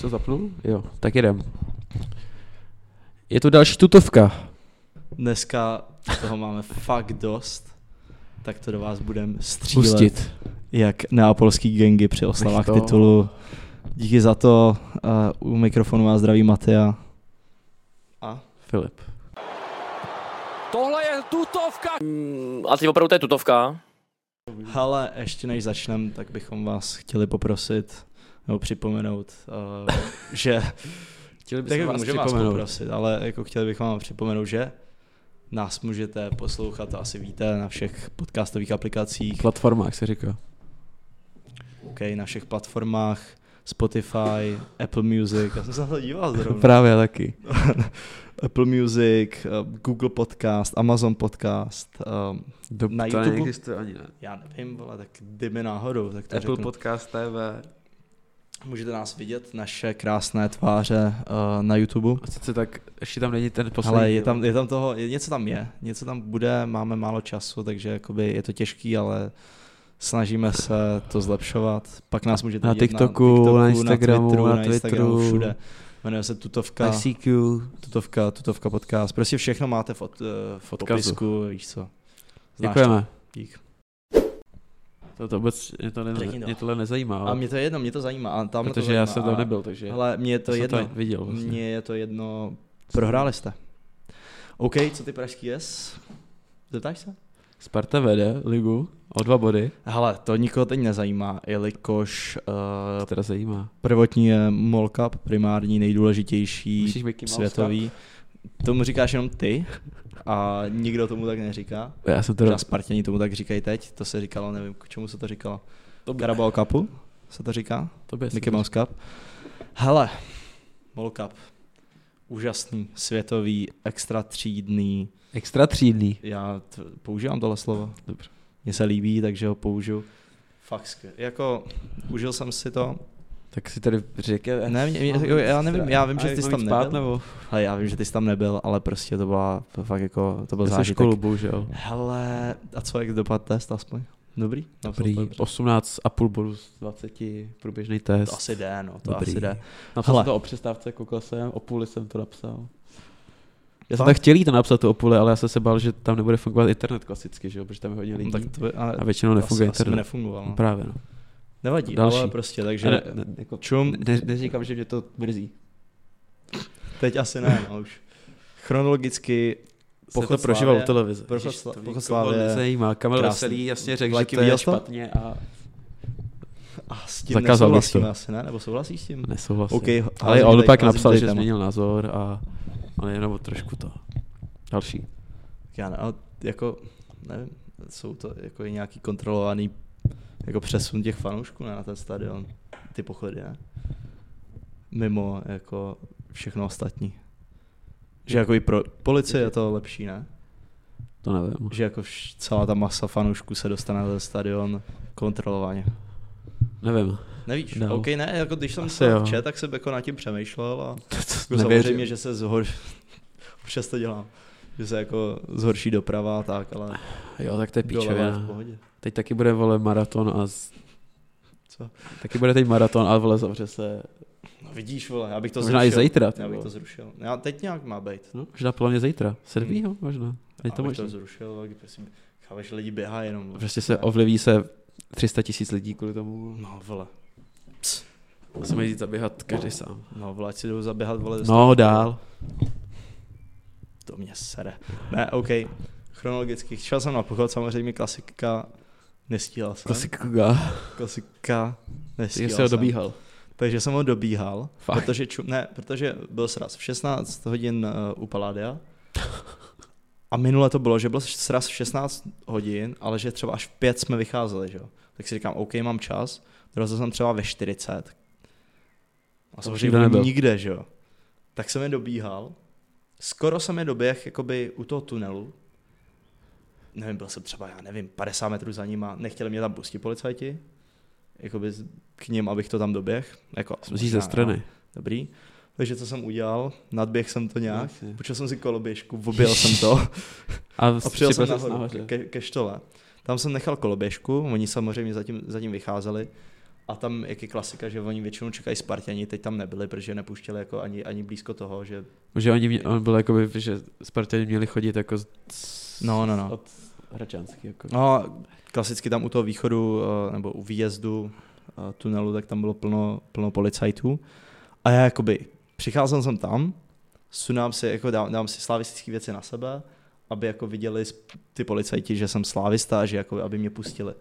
Co zapnul? Jo, tak jedem. Je to další tutovka. Dneska toho máme fakt dost, tak to do vás budem střílet. Pustit. Jak neapolský gengy při oslavách to. titulu. Díky za to. Uh, u mikrofonu vás zdraví Matea. A? Filip. Tohle je tutovka. A ty opravdu to je tutovka. Ale ještě než začneme, tak bychom vás chtěli poprosit, nebo připomenout, uh, že... Chtěli tak jako můžeme vás poprosit, ale jako chtěli bychom vám připomenout, že nás můžete poslouchat, to asi víte, na všech podcastových aplikacích. Platformách se říká. OK, na všech platformách, Spotify, Apple Music, já jsem se na to díval zrovna. Právě taky. Apple Music, eh, Google Podcast, Amazon Podcast, ehm, Do, Na to YouTube? neexistuje ani ne. já nevím, vole, tak kdyby náhodou, tak to Apple řeknu. Podcast TV. Můžete nás vidět, naše krásné tváře eh, na YouTube. A sice tak, ještě tam není ten poslední. Ale je díl. tam, je tam toho, je, něco tam je, něco tam bude, máme málo času, takže jakoby je to těžký, ale snažíme se to zlepšovat. Pak nás můžete Na vidět TikToku, na, na TikToku, Instagramu, na Twitteru, na na Instagramu, Twitteru. všude. Jmenuje se Tutovka. ICQ. Tutovka, tutovka podcast. Prostě všechno máte v, od, eh, v Odkazu. popisku, víš co. Znáš Děkujeme. to, dík. To, to vůbec mě, to ne, Řekni to. mě tohle nezajímá, ale, no. A mě to je jedno, mě to zajímá. A tam to protože zajímá, já jsem a- tam nebyl, takže Ale mě je to já jsem jedno. to viděl. Vlastně. Mně je to jedno. Prohráli jste. OK, co ty pražský jest? Zeptáš se? Sparta vede ligu o dva body, Hele, to nikoho teď nezajímá, jelikož to uh, teda zajímá. prvotní je MOL Cup, primární, nejdůležitější, Myslíš Mickey Mouse světový. Tomu říkáš jenom ty a nikdo tomu tak neříká. Já jsem Teda teda... Spartěni tomu tak říkají teď, to se říkalo, nevím, k čemu se to říkalo. Carabao Cupu se to říká, Tobě jsem Mickey Mouse Cup. Hele, MOL Cup, úžasný, světový, extra třídný, Extra třídný. já t- používám tohle slovo. Dobře. Mně se líbí, takže ho použiju. Fakt skvěl. Jako, užil jsem si to. Tak si tady řekl. Ne, mě- mě- já nevím, já vím, že ty jako jsi tam nebyl. nebo? Ale já vím, že ty jsi tam nebyl, ale prostě to byla to fakt jako, to byl Já jsem zážitek. školu, bohužel. Hele, a co, jak dopad test aspoň? Dobrý? Napsal Dobrý, to dobře. 18,5 bodů z 20, průběžný To test. asi jde, no, to Dobrý. asi jde. Napsal Hele. jsem to o přestávce, koukal jsem, o půli jsem to napsal. Já jsem Fakt? tak chtěl jít to napsat to o půli, ale já jsem se bál, že tam nebude fungovat internet klasicky, že jo, protože tam je hodně No, lidí. tak to by, ale a většinou nefunguje asi, asi internet. nefungovalo. No. Právě, no. Nevadí, Další. ale prostě, takže Ne, ne, ne, jako, čum, ne, neříkám, že mě to mrzí. teď asi ne, no už. Chronologicky Pochod to prožíval u televize. Pochod Ježiš, Sla- to Pochod nikoho Slávě. Nezajímá, Kamil Krásný. Veselý jasně řekl, že Vlaky to je viděl jsi to? špatně a A s tím Zakázal bych nesouhlasíme to. asi, ne? Nebo souhlasíš s tím? nesouhlasím. OK, Ale házím on tady- pak házím napsal, tady že téma. změnil názor a on jenom o trošku to. Další. Já ne, ale jako, nevím, jsou to jako i nějaký kontrolovaný jako přesun těch fanoušků ne, na ten stadion, ty pochody, ne? Mimo jako všechno ostatní. Že jako i pro policie je to lepší, ne? To nevím. Že jako vš- celá ta masa fanoušků se dostane na ten stadion kontrolovaně. Nevím. Nevíš, No. no. OK, ne, jako když jsem Asi se jo. čet, tak jsem jako nad tím přemýšlel a jako Nevěřím. samozřejmě, že se zhorší, občas to dělám, že se jako zhorší doprava a tak, ale Jo, tak to je doleva je v píčovina. pohodě. Teď taky bude vole maraton a z... Co? Taky bude teď maraton a vole zavře se. No vidíš, vole, já bych to Možná i zrušil. zítra, ty Já bych vole. to zrušil. Já teď nějak má být. No, možná plně zítra. Sedmýho možná. Je Já to bych možná. Hmm. to zrušil, ale prosím, chápeš, lidi běhá jenom. vole. Prostě se ovliví se 300 tisíc lidí kvůli tomu. No vole, Musíme jít zaběhat každý sám. no vole, ať si jdou zaběhat, vole. No. No, dál. To mě sere. Ne, OK, chronologicky. Šel jsem na pochod, samozřejmě klasika, nestíhal jsem. Klasika. Klasika, Ty nestíhal jsi ho jsem. dobíhal. Takže jsem ho dobíhal, Fakt. protože, čum, ne, protože byl sraz v 16 hodin uh, u Paládia. A minule to bylo, že byl sraz v 16 hodin, ale že třeba až v 5 jsme vycházeli, že jo. Tak si říkám, OK, mám čas, dorazil jsem třeba ve 40. A nikdo samozřejmě nebyl. nikde, že jo. Tak jsem je dobíhal. Skoro jsem je doběh jakoby u toho tunelu. Nevím, byl jsem třeba, já nevím, 50 metrů za nima. Nechtěli mě tam pustit policajti. Jakoby z- k ním, abych to tam doběh. Jako, Musíš možná, ze strany. no. Dobrý. Takže co jsem udělal? Nadběh jsem to nějak. Jasně. Počal jsem si koloběžku, objel jsem to a přijel jsem připravil ses nahoru ke, ke štole. Tam jsem nechal koloběžku, oni samozřejmě zatím, zatím vycházeli A tam, jak je klasika, že oni většinou čekají Spartěni, teď tam nebyli, protože nepuštěli jako ani, ani blízko toho, že... Že oni, mě- on byl jakoby, že Spartani měli chodit jako z, z- No, no, no. od Hračanský. Jako. No, klasicky tam u toho východu, eh, nebo u výjezdu eh, tunelu, tak tam bylo plno, plno policajtů. A já jakoby, přicházel jsem tam, sunám si, jako dám, dám si slavistické věci na sebe, aby jako viděli s- ty policajti, že jsem slávista, že jako, aby mě pustili.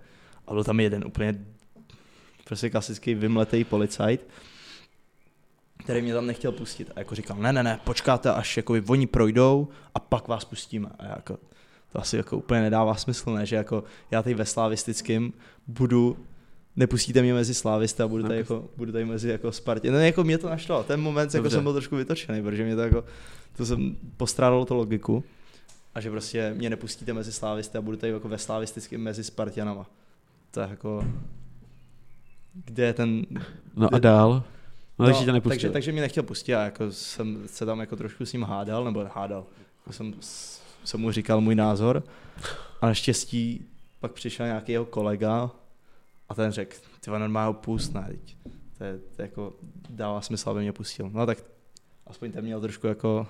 A byl tam jeden úplně prostě klasický vymletej policajt, který mě tam nechtěl pustit. A jako říkal, ne, ne, ne, počkáte, až jako oni projdou a pak vás pustíme. A já jako, to asi jako úplně nedává smysl, ne? Že jako já tady ve slavistickém budu, nepustíte mě mezi slávisty a budu tady, Nepust- jako, budu tady mezi jako Spartě. No jako mě to našlo, ten moment jako Dobře. jsem byl trošku vytočený, protože mě to jako, to jsem postrádalo to logiku. A že prostě mě nepustíte mezi slávisty a budu tady jako ve slavistickém mezi Spartianama. To je jako, kde je ten... No a dál? No, no takže tě nepustili. takže, takže mě nechtěl pustit a jako jsem se tam jako trošku s ním hádal, nebo hádal. Jako jsem, s- jsem mu říkal můj názor a naštěstí pak přišel nějaký jeho kolega a ten řekl, ty vole, normálně pust, ne, teď. To, je, to jako dává smysl, aby mě pustil. No tak aspoň ten měl trošku jako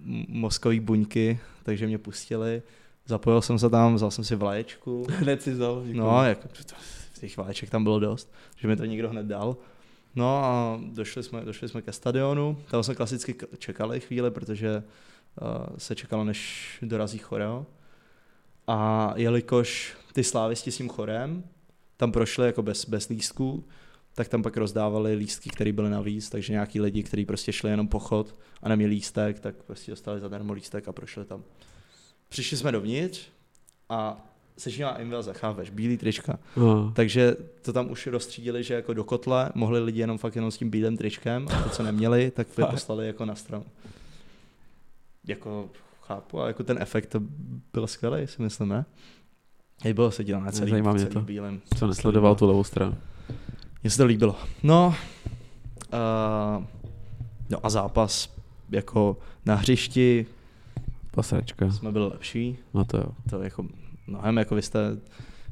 m- mozkový buňky, takže mě pustili. Zapojil jsem se tam, vzal jsem si vlaječku. Hned si vzal. No, jako, to- těch váleček tam bylo dost, že mi to nikdo hned dal. No a došli jsme, došli jsme ke stadionu, tam jsme klasicky k- čekali chvíli, protože uh, se čekalo, než dorazí choreo. A jelikož ty slávisti s tím chorem tam prošli jako bez, bez lístků, tak tam pak rozdávali lístky, které byly navíc, takže nějaký lidi, kteří prostě šli jenom pochod a neměli lístek, tak prostě dostali zadarmo lístek a prošli tam. Přišli jsme dovnitz a sešla invaze, chápeš, bílý trička. No. Takže to tam už rozstřídili, že jako do kotle mohli lidi jenom fakt jenom s tím bílým tričkem a to, co neměli, tak je poslali jako na stranu. Jako chápu, a jako ten efekt to byl skvělý, si myslím, ne? Hej, bylo se dělané celý, Zajímá mě celý to. bílým. Co nesledoval tu levou stranu. Mně se to líbilo. No, uh, no a zápas jako na hřišti Pasračka. jsme byli lepší, No to jo. to jako mnohem, jako vy jste,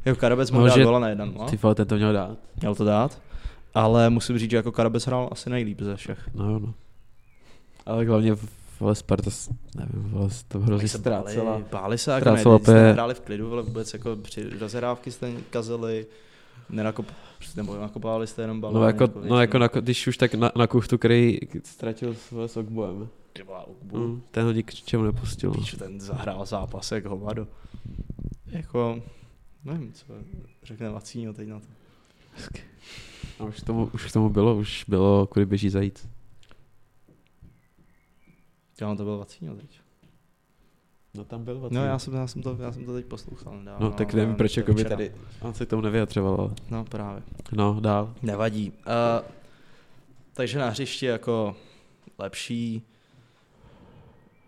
jako Karabec No, mohl no, že- dát gola na jedna nula. Ty vole, ten to měl dát. měl to dát. Ale musím říct, že jako Karabec hrál asi nejlíp ze všech. No jo, no. Ale hlavně vole Sparta, s- nevím, vole, s- to hrozně se báli, ztrácela. báli se, jako ztrácela ne, jste pe- hráli v klidu, ale vůbec jako při rozhrávky jste kazili, nenakop, nebo nakopávali jste jenom balón. No jako, většinou. no jako na, když už tak na, na kuchtu, který ztratil svoje s Ogboem. Ty vole, Okbu. Mm, ten ho nik k čemu nepustil. no. Píču, ten zahrál zápas jak hovado. Jako, nevím, co řekne Vacíňo teď na to. A už k tomu, už k tomu bylo, už bylo, kudy běží zajít. Já no, to byl Vacíňo teď. No tam byl No já jsem, já jsem, to, já jsem to teď poslouchal. Nedávno, No tak ale nevím, proč to je jako by včera. tady, on se k tomu nevyjadřoval, ale No právě. no dál. Nevadí. Uh, takže na hřišti jako lepší,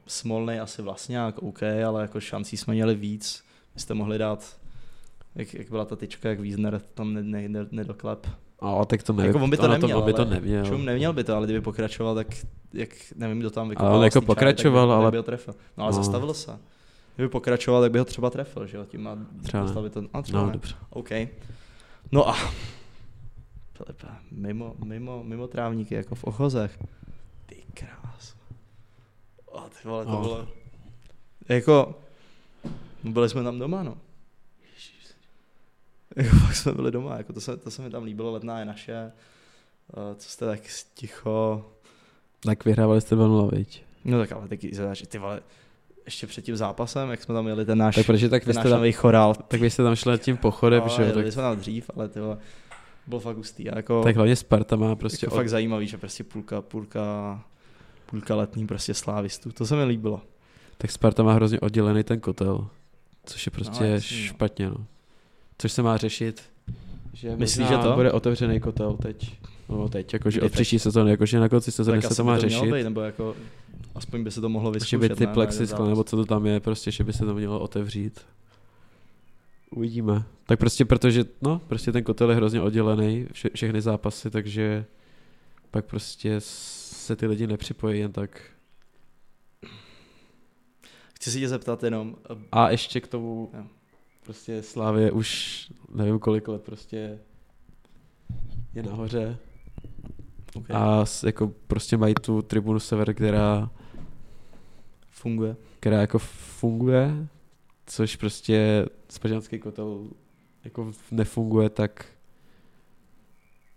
Smolný asi vlastňák, OK, ale jako šancí jsme měli víc. Vy jste mohli dát, jak, jak byla ta tyčka, jak Wiesner tam ne, ne, ne, nedoklep. A tak to nevím, Jako on by to ono neměl, on by to ale- neměl. Čum, neměl by to, ale kdyby pokračoval, tak jak nevím, kdo tam vykopal. Ale on jako vlastní čáry, pokračoval, tak by, ale- Tak by ho trefil. No ale No. zastavil se. Kdyby pokračoval, tak by ho třeba trefil, že jo? Tím a Třeba ne. dostal by to. A třeba No ne. dobře. OK. No a Filipe, mimo, mimo, mimo trávníky, jako v ochozech. Ty krás. O, ty vole, to No. bylo... Jako, no byli jsme tam doma, no. Jako fakt jsme byli doma, jako to se, to se mi tam líbilo, letná je naše. Eh, Co jste tak ticho, Tak vyhrávali jste 2-0, viď? No tak ale taky, že ty vole, ještě před tím zápasem, jak jsme tam jeli ten náš, Tak protože tak vy ten jste náš tam, nový chorál, tak vy jste tam šli nad tím pochodem, No, Ale že jo, tak, jeli jsme tam dřív, ale ty vole, bylo fakt hustý. A jako, tak hlavně Sparta má prostě jako od, fakt zajímavý, že prostě půlka, půlka, půlka letní prostě slávistů. To se mi líbilo. Tak Sparta má hrozně oddělený ten kotel, což je prostě No, no, jasný, no. špatně, no. Což se má řešit, že Myslíš, možná že to? bude otevřený kotel teď. No teď, jakože Kdy od teď? příští sezóny, jakože na konci sezóny tak se asi to by má to mělo řešit. Prostě Být, nebo jako, aspoň by se to mohlo vyzkoušet. Že by ty ne, na jeden plexiskla, zápas. nebo co to tam je, prostě, že by se to mělo otevřít. Uvidíme. Tak prostě protože, no, prostě ten kotel je hrozně oddělený, vše, všechny zápasy, takže pak prostě se ty lidi nepřipojí jen tak. Chci jako, se tě zeptat jenom, A ještě k tomu Jo. prostě Slávě už nevím kolik let prostě je nahoře Okay. A a s- jako prostě mají tu tribunu sever, která, funguje. která jako funguje, což prostě spažanský kotel jako nefunguje tak Tak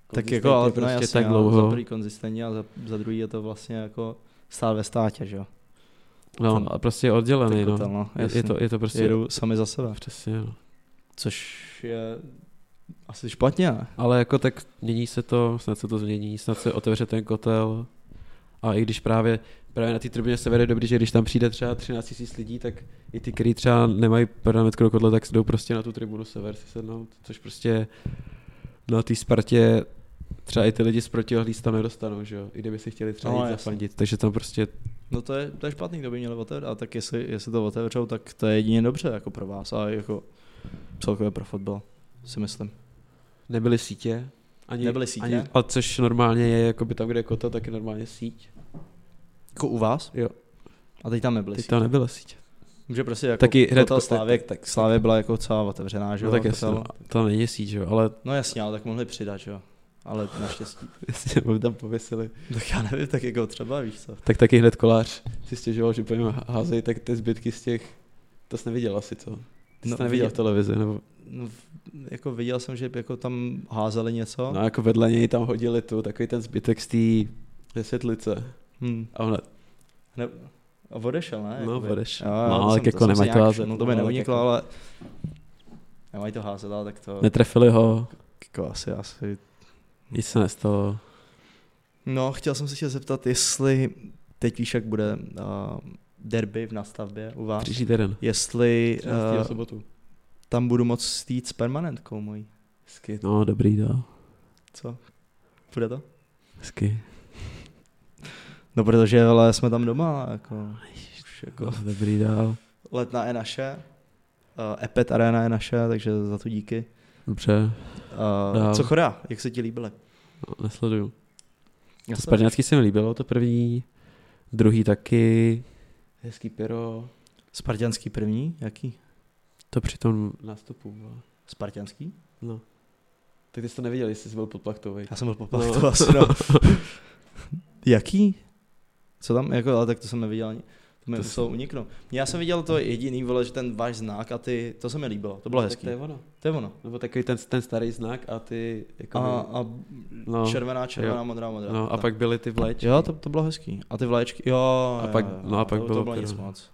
konzistentně jako, ale prostě no, jasně, tak no, Za dlouho. prvý konzistentně a za, za druhý je to vlastně jako stát ve státě, že jo? ten- No, a prostě je oddělený, Ten no. kotel, no, Je, je, jasně. to, je to prostě... Jedou sami za sebe, Přesně, no. což je asi špatně, ne? Ale jako tak mění se to, snad se to změní, snad se otevře ten kotel. A i když právě, právě na té tribuně se vede dobrý, že když tam přijde třeba 13 000 lidí, tak i ty, kteří třeba nemají parametru kotle, tak jdou prostě na tu tribunu sever si sednout, což prostě na té Spartě třeba i ty lidi z protihlíz tam nedostanou, že jo? I kdyby si chtěli třeba No, no, jít jasně. zafandit. Takže tam prostě, No to je, to je špatný, kdo by měl otevřít, a tak jestli, jestli to otevřou, tak to je jedině dobře jako pro vás a jako celkově pro fotbal, si myslím. nebyly sítě. Ani, Nebyly sítě? Ani, a což normálně je, jakoby tam, kde je kotel, tak je normálně síť. Jako u vás? Jo. A teď tam nebyli. Teď tam nebyla síť. Může prostě jako Taky kotel hned kotel- Slávě, tak Slávě byla jako celá otevřená, že No jo? tak kotel. jasně, no, to není síť, že jo, ale No jasně, ale tak mohli přidat, že jo? Ale naštěstí. Jestli by tam pověsili. tak já nevím, tak jako třeba, víš co? Tak taky hned kolář si stěžoval, že po něm házejí tak ty zbytky z těch... To jsi neviděl asi, co? Ty jsi No, to neviděl v viděl- televizi, nebo... No, v- jako viděl jsem, že jako tam házeli něco. No jako vedle něj tam hodili tu, takový ten zbytek z té desetlice. Hm. A ona, Ne, a odešel, ne? No, Jakoby. odešel. Jo, jo, No, to ale jsem- tak jako jsem si nemají nějak to házet. všiml, To No, by tak neuniklo, jako- ale... Nemají to házet, ale tak to... netrefili ho, Jako asi, asi... nic se nestalo. No, chtěl jsem se tě zeptat, jestli teď víš, jak bude uh, derby v nastavbě u vás. Příští týden. Jestli uh, sobotu. tam budu moc jít s permanentkou mojí. Hezky. No, dobrý, jo. Co? Bude to? Hezky. No, protože ale jsme tam doma, jako... Už jako... No, dobrý, dál. Letná je naše, uh, Epet Arena je naše, takže za to díky. Dobře, Uh, Dál. co chorá? Jak se ti líbily? no, nesleduju. Já To jsem- Sparňácky se mi líbilo, to první. Druhý taky. Hezký pyro. Spartianský první? Jaký? To při tom nástupu. vole. Spartianský? No. Tak ty jsi to neviděl, jestli jsi byl podplachtový. Já jsem byl popal, to asi no. Jaký? Co tam, jako, ale tak to jsem neviděl ani. To mi To muselo uniknout. Já jsem viděl to jediný, vole, že ten váš znak a ty, to se mi líbilo, to bylo hezký. to je ono. To je ono. Nebo takový ten, ten starý znak a ty jako... A, a No. červená, červená, modrá, modrá. no a Tak. pak byly ty vléčky. Jo, to, to bylo hezký. A ty vlaječky, jo. A jo, pak- jo, no a pak to, bylo to bylo nic teda- moc.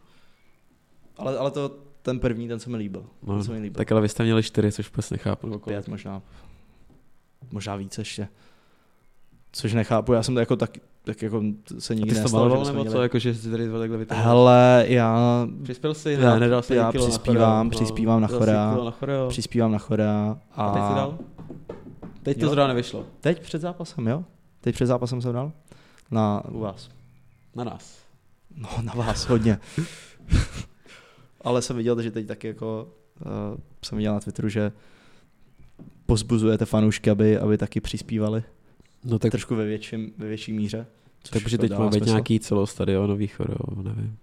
Ale, ale to, ten první, ten se mi líbil. no, Ten se mi líbil. tak ale vy jste měli čtyři, což vůbec nechápu. Nebo Nebo kolik. pět možná. Možná víc ještě. Což nechápu, já jsem to jako tak, tak jako se A nikdy ty jsi to nestalo, že maloval bychom nebo co, měli- jako že jsi tady dva takhle vytáhl? Hele, já Přispěl jsi, Já- ne, nedal jsi já ani kilo na přispívám, choreo. No. přispívám na dal jsi chorea. kilo na choreo. přispívám na chora a... A teď jsi dal? Teď to Jo. zrovna nevyšlo. Teď před zápasem, jo? Teď před zápasem jsem dal? Na, u vás. Na nás. No, na vás hodně. Ale jsem viděl, že teď taky jako uh, jsem viděl na Twitteru, že pozbuzujete fanoušky, aby, aby taky přispívali No tak, trošku ve, větším, ve větší míře. což takže jako teď dává má být smysl. nějaký celostadionový choreo, nevím.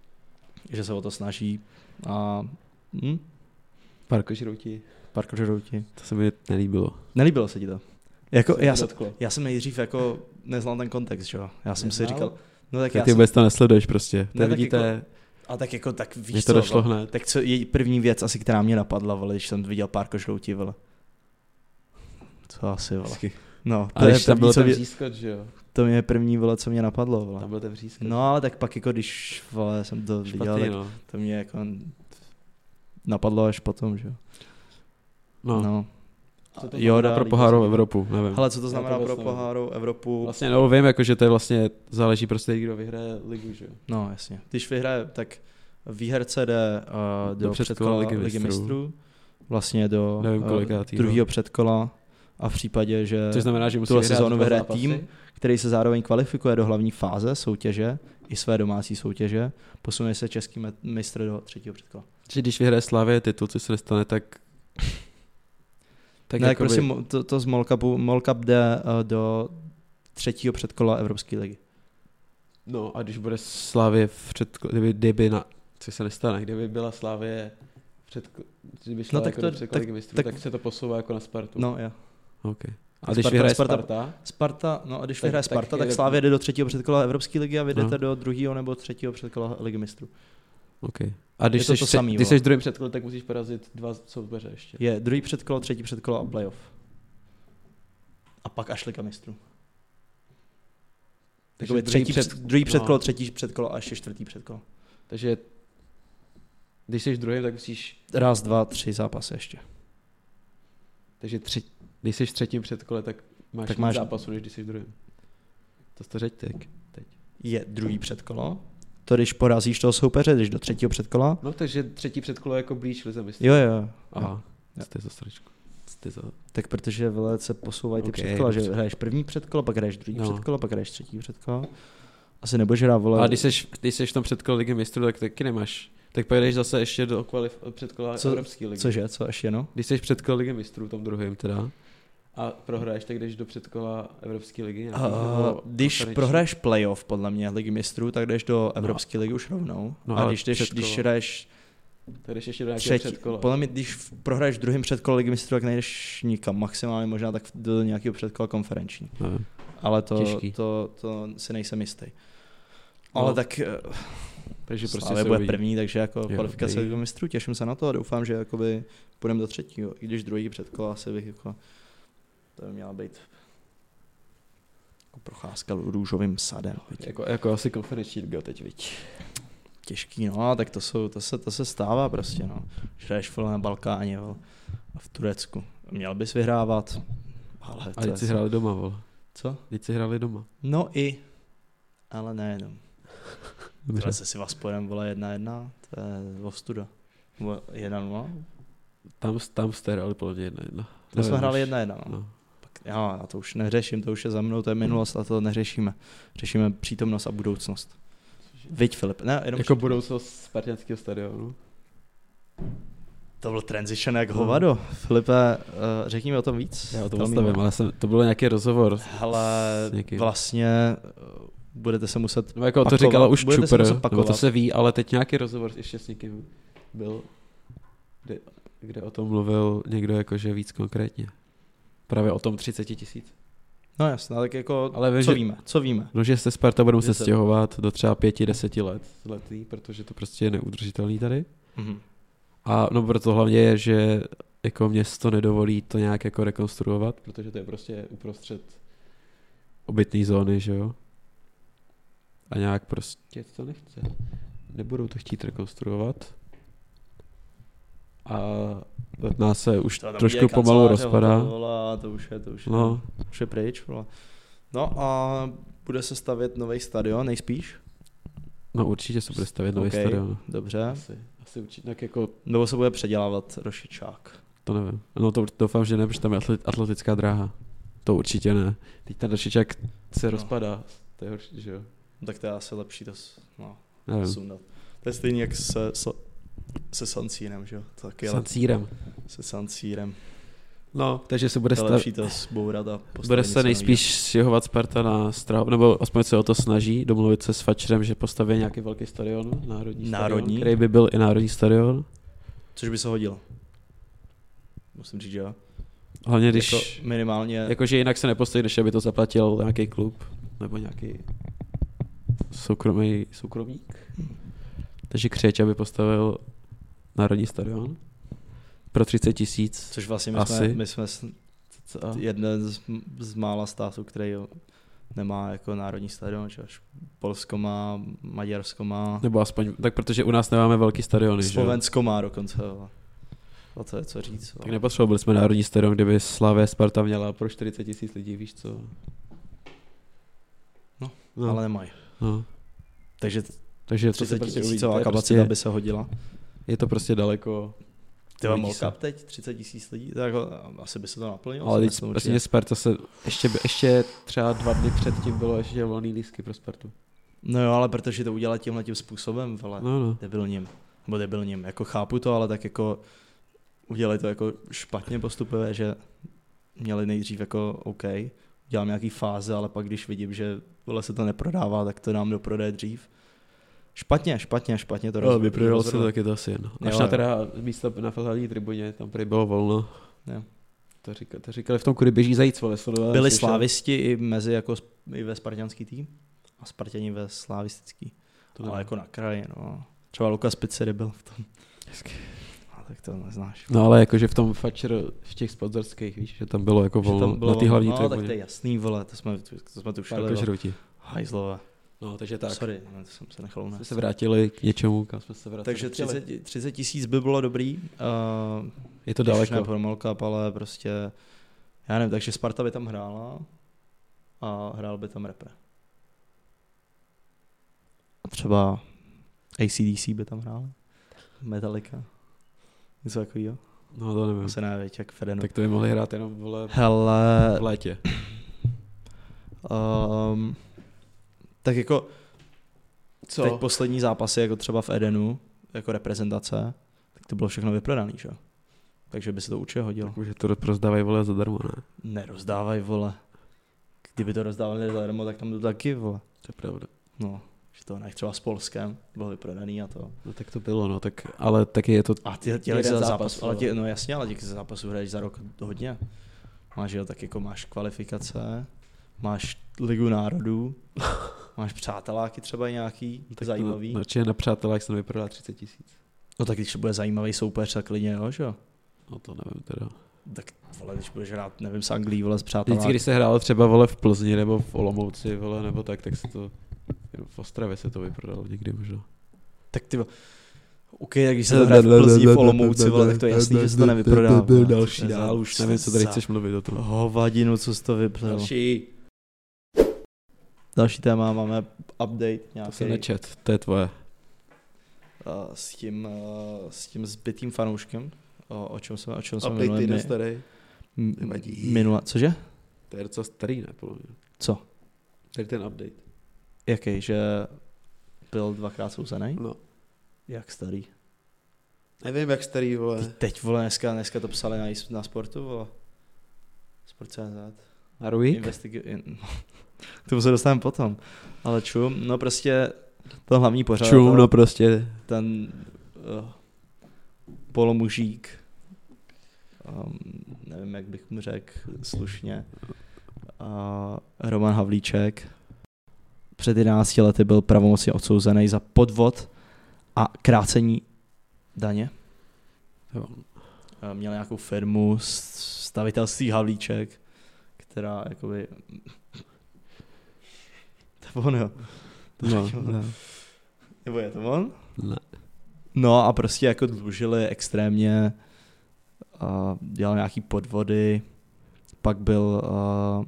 že se o to snaží a hm, Parkožrouti. parkour žrouti. To se mi nelíbilo. Nelíbilo se ti to? Jako, Se mi já, to jsem, dotklo. já jsem nejdřív jako neznal ten kontext, že jo? Já jsem si Neznal? říkal, no tak, Tak já ty jsem, vůbec to nesleduješ prostě. To Ne, ne, tak vidíte, jako- a tak jako, tak víš mě co, to došlo vole. hned. Tak co je první věc asi, která mě napadla, vole, když jsem viděl parkour žroutí, vole. Co asi, vole. Vždycky. No, to, A je když tam první, byl co ten mě, vřískot, že jo? to mě je první, vole, co mě napadlo, vole. Tam byl ten vřískot. No, ale tak pak jako, když, vole, jsem to viděl, špatný, tak no. to mě jako napadlo až potom, že jo. no. no. No. Co to znamená Jorda, Jako pro líbí se pohárovou mi. Evropu, nevím. Hele, co to Já to znamená pro vůbec nevím. poháru Evropu? Vlastně, no, vím, jako, že to je vlastně, záleží prostě, kdo vyhraje ligu, že jo? No, jasně. Když vyhraje, tak výherce jde uh, do, Do předkola předkola Ligy Ligy mistrů. mistrů, vlastně do Nevím, eh, kolikátýho. druhého předkola a v případě, že Což znamená, že musí tuhle vyhrát sezónu dva vyhraje zápasy. tým. který se zároveň kvalifikuje do hlavní fáze soutěže i své domácí soutěže, posune se český me- mistr do třetího předkola. Že když vyhraje Slavě titul, co se nestane, tak... Tak ne, tak No, prostě mo- to, to z Molcupu, Molcup jde eh, do třetího předkola Evropské ligy. No a když bude Slavě v předko... Kdyby, kdyby na... Co se nestane? Kdyby byla Slavě před, kdyby šla no, No, tak tak jako to- do tak- tak, mistrů, tak- tak, se to posouvá jako na Spartu. No, jo. Okay. A když Sparta- vyhraje Sparta- Sparta, Sparta, no a když Tak- vyhraje tak Sparta, tak, jede- Slávě jde do třetího předkola Evropské ligy a vy No. jdete do druhého nebo třetího předkola Ligy mistrů. Okay. A když Je to seš, to se- samý, když vole. seš druhým předkol, tak musíš porazit dva soupeře ještě. Je druhý předkolo, třetí předkolo a playoff. A pak až Liga mistrů. Takže druhý třetí, před, druhý no. předkolo, třetí předkolo a ještě čtvrtý předkolo. Takže když jsi druhým, tak musíš, Raz, dva, tři zápasy ještě. takže tři, když jsi třetím předkole, tak máš Tak tak máš- máš zápasu, než když jsi druhým. To jsi to řeď teď. Je druhý předkolo. To když porazíš toho soupeře, když do třetího předkola. No takže třetí předkolo je jako blíž lize mistrů. Jo, jo. Aha, Jo. jste za stračku. Jste za... Tak protože velice se posouvají ty Ok, okay, předkola, že dobře. hraješ první předkolo, pak hraješ druhý No. no. předkolo, pak hraješ třetí předkolo. Asi nebudeš hrát vole. Ale když seš, když seš v tom předkole ligy mistrů, tak taky nemáš. Tak pojedeš zase ještě do kvalif- předkola Co- Evropské ligy. Cože, co ještě, no? Když jsi předkola ligy mistrů, tom druhým teda, a prohraješ, tak jdeš do předkola Evropské ligy. nějaký, Uh, nebo když konferenční. prohraješ playoff, podle mě, ligy mistrů, tak jdeš do Evropské ligy už rovnou. No, No, a ale když, jdeš, předkolo. když hraješ tak jdeš ještě do nějakého třetí, předkola. podle mě, když v- prohraješ druhým předkolo ligy mistrů, tak nejdeš nikam. Maximálně možná tak do do nějakého předkola konferenční. Nevím. Ale to, Těžký. to, to si nejsem jistý. No, Ale tak eh, Takže Slávě prostě se bude uvidí. první, takže jako Jo, kvalifikace dobrý. Ligy mistrů, těším se na to a doufám, že jakoby půjdeme do třetího, i když druhý předkola asi bych jako, to by měla být jako procházka růžovým sadem. viď. Jako, jako asi konferenční liga teď, viď. Těžký, no, tak to, jsou, to, se, to se stává prostě, no. Že hraješ vole na Balkáně, vole, a v Turecku. Měl bys vyhrávat, ale A to je, teď si hráli doma, vol. co? Teď si hráli doma. No i, ale nejenom. Dobře. Tohle se si vás podem, vole, jedna jedna, to je ostuda. Nebo Jedna nula, Tam, tam jste hráli podle mě jedna jedna. To jsme Nevím hráli už. jedna jedna. No. No. Já, já to už neřeším, to už je za mnou, to je minulost a to neřešíme. Řešíme přítomnost a budoucnost. Viď, Filip, ne, jenom Jako budoucnost Spartanského stadionu. to byl transition jak hovado. Filipe, eh, řekni mi o tom víc. Já o tom Tell me zastavím, more. ale jsem, to bylo nějaký rozhovor. Hele, s někým. vlastně eh, budete se muset... No jako to Pakovat. říkala už Budete se Čupr, muset nebo pakovat. to se ví, ale teď nějaký rozhovor ještě s někým byl, kde, kde o tom mluvil někdo jakože víc konkrétně. Právě o tom 30 tisíc. No jasně, tak jako, Ale vím, co že- víme, co víme. No, že se Sparta budou se Že se- stěhovat do třeba pěti, deseti let z letý, protože to prostě je neudržitelný tady. Mhm. A no proto hlavně je, že jako město nedovolí to nějak jako rekonstruovat, protože to je prostě uprostřed obytné zóny, že jo? A nějak prostě to nechce. Nebudou to chtít rekonstruovat. A letná se už To tam trošku udělají pomalu kanceláře, rozpadá. hotovo, a To už je, to už je, No, už je pryč. vole. No a bude se stavět nový stadion, nejspíš? no určitě se bude stavět nový OK. stadion. Dobře. Asi, asi určitě, tak jako Nebo se bude předělávat Rošičák. To nevím. No to doufám, že ne, protože tam je atlet, atletická dráha. To určitě ne. Teď ten Rošičák se No. no. rozpadá. To je horší, že jo? No, Tak to je asi lepší to s- no, Nevím. sundat. To je stejně jak se, se, se Sancírem, že jo? To Taky San San... Sírem. se Sancírem. No, takže se bude To je stav... lepší to zbourat a postavit Bude něco se nejspíš stěhovat Sparta na Strahu, nebo aspoň se o to snaží, domluvit se s Fačerem, že postaví nějaký velký stadion, národní, Národní? stadion, který by byl i národní stadion. novýho. Což by se hodilo. Musím říct, že jo. Hlavně když, Jako minimálně, jako... jakože jinak se nepostaví, než aby to zaplatil nějaký klub, nebo nějaký soukromý soukromník. Takže Křeč, aby postavil národní stadion pro 30 tisíc. což vlastně my jsme, Asi. No. my jsme s- A jeden z, z mála států, který jo, nemá jako národní stadion, že až Polsko má, Maďarsko má, Nebo aspoň, tak protože u nás nemáme velký stadiony, že? jo? Slovensko má dokonce. jo. A to je co říct. Tak nepotřebovali jsme národní stadion, kdyby Slavé Sparta měla pro 40 tisíc lidí, víš co? no. ale nemají. no. Takže Takže to se 30 prostě uvidí. To tisícová je, kapacita prostě, by se hodila. je to prostě daleko, Ty mám Uvidí se. mockup teď, 30 tisíc lidí, tak ho- asi by se to naplnilo. ale si teď myslím prostě určitě. Sparta se, ještě, by- ještě třeba dva dny předtím bylo ještě volný lísky pro Spartu. No jo, ale protože to udělat tímhle tím způsobem, vole, no. No, no. debilním, nebo debilním, jako chápu to, ale tak jako udělali to jako špatně postupové, že měli nejdřív jako OK, dělám nějaký fáze, ale pak když vidím, že vole se to neprodává, tak to dám do prodeje dřív. Špatně, špatně, špatně to Ale roz- vyprodal se rozhodlo. to, tak je to asi jedno. Jo, Až jo. na teda místo na Felhradní tribuně, tam prý bylo volno. Jo. To, říkali, to říkali v tom, kudy běží zajíc, vole, Sudové, Byli slyšel. slávisti i mezi jako sp- i ve spartianský tým a spartěni ve slávistický. To ale nevím. jako na kraji, no. Třeba Lukas Pizzery byl v tom. Hezky. A tak to neznáš. No ale jakože v tom Fatcher, v těch sponzorských, víš, že tam bylo jako Že volno, na té hlavní no, tak to je tribuně. jasný, vole, to jsme, to jsme tu šli, vole. Parkožrouti. hajzlové. No, takže tak. Tak. Sorry, no, to jsem se nechal Jsme unést. se vrátili k něčemu, kam jsme se vrátili. Takže chtěli. 30 30 tisíc by bylo dobrý. Uh, Je to Když už ne daleko. pro Mall Cup, ale prostě, já nevím, takže Sparta by tam hrála a hrál by tam repre. A třeba ACDC by tam hrála, Metallica, něco takového. No to nevím. To se nevěď, jak Fedenu. Tak. Tak to by mohli hrát jenom vole Hele, v létě. um, tak jako Co? teď poslední zápasy, jako třeba v Edenu, jako reprezentace, tak to bylo všechno vyprodaný, že? jo? Takže by se to určitě hodilo. Tak už je to rozdávají vole zadarmo, ne? Nerozdávaj, vole. Kdyby to rozdávali zadarmo, tak tam jdu taky, vole. To je pravda. No, že to nech třeba s Polskem, bylo vyprodaný a to. No tak to bylo, no tak, ale taky je to A ty Jeden těch zápas, zápas, zápas ale tě, vole. no jasně, ale těch zápasů hraješ za rok hodně. Máš, jo, tak jako máš kvalifikace, máš ligu národů, máš přáteláky třeba nějaký, tak tak zajímavý. No, určitě na přátelách se nevyprodá 30 tisíc. No tak když bude zajímavý soupeř, tak klidně, jo, že jo. No to nevím teda. Tak vole, když budeš hrát, nevím, s Anglií, vole, s Vždycky, přáteláky. když se hrálo třeba vole v Plzni nebo v Olomouci, vole, nebo tak, tak se to jenom v Ostravě se to vyprodalo někdy možná. Tak ty vole. OK, tak když se to hraje v Plzni, v Olomouci, vole, tak to je jasný, že se to nevyprodá. To byl vole. další To je za- dál, už nevím, co tady za chceš mluvit o tom. Hovadinu, co jsi to vyprodal. Další. Další téma, máme update nějaký To jsem nečet, to je tvoje. a, s tím, a, s tím zbytým fanouškem, o, o čem jsme, o čem jsme minule, mi, starý. m- nevadí. minule, cože? To je docela starý, ne? Podle mě. Co? Tady ten update. Jaký, že byl dvakrát souzený? No. Jak starý? Nevím, jak starý, Ty vole. teď, vole, dneska, dneska to psali na, na sportu, vole. Sport.cz. Na Ruík? Investigi- in- K tomu se dostaneme potom. Ale čum, no prostě ten hlavní pořád. Čum, no prostě. ten uh, polomužík, um, nevím, jak bych mu řekl slušně, uh, Roman Havlíček, před 11 lety byl pravomocně odsouzený za podvod a krácení daně. Jo. Uh, Měl nějakou firmu, s- stavitelství Havlíček, která jakoby... To on, jo. To No, taky on. no. Nebo je to on? Ne. No a prostě jako dlužili extrémně, a dělal nějaký podvody, pak byl, a,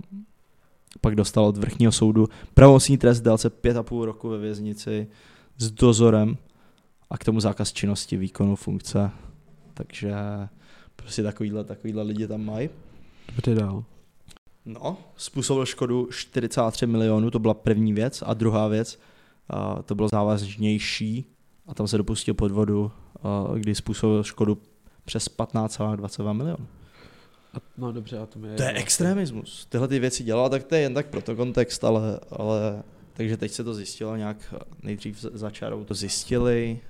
pak dostal od vrchního soudu pravomocný trest v délce 5,5 roku ve věznici s dozorem a k tomu zákaz činnosti výkonu funkce. Takže prostě takovýhle, takovýhle lidi tam mají. Dobře dál. No, způsobil škodu 43 milionů, to byla první věc. A druhá věc, a to bylo závažnější a tam se dopustil podvodu, a kdy způsobil škodu přes 15,22 milionů. A, no dobře, a to mi To je extremismus. Tyhle ty věci dělal, tak to je jen tak pro to kontext, ale, ale takže teď se to zjistilo nějak, nejdřív za- za čarou to zjistili,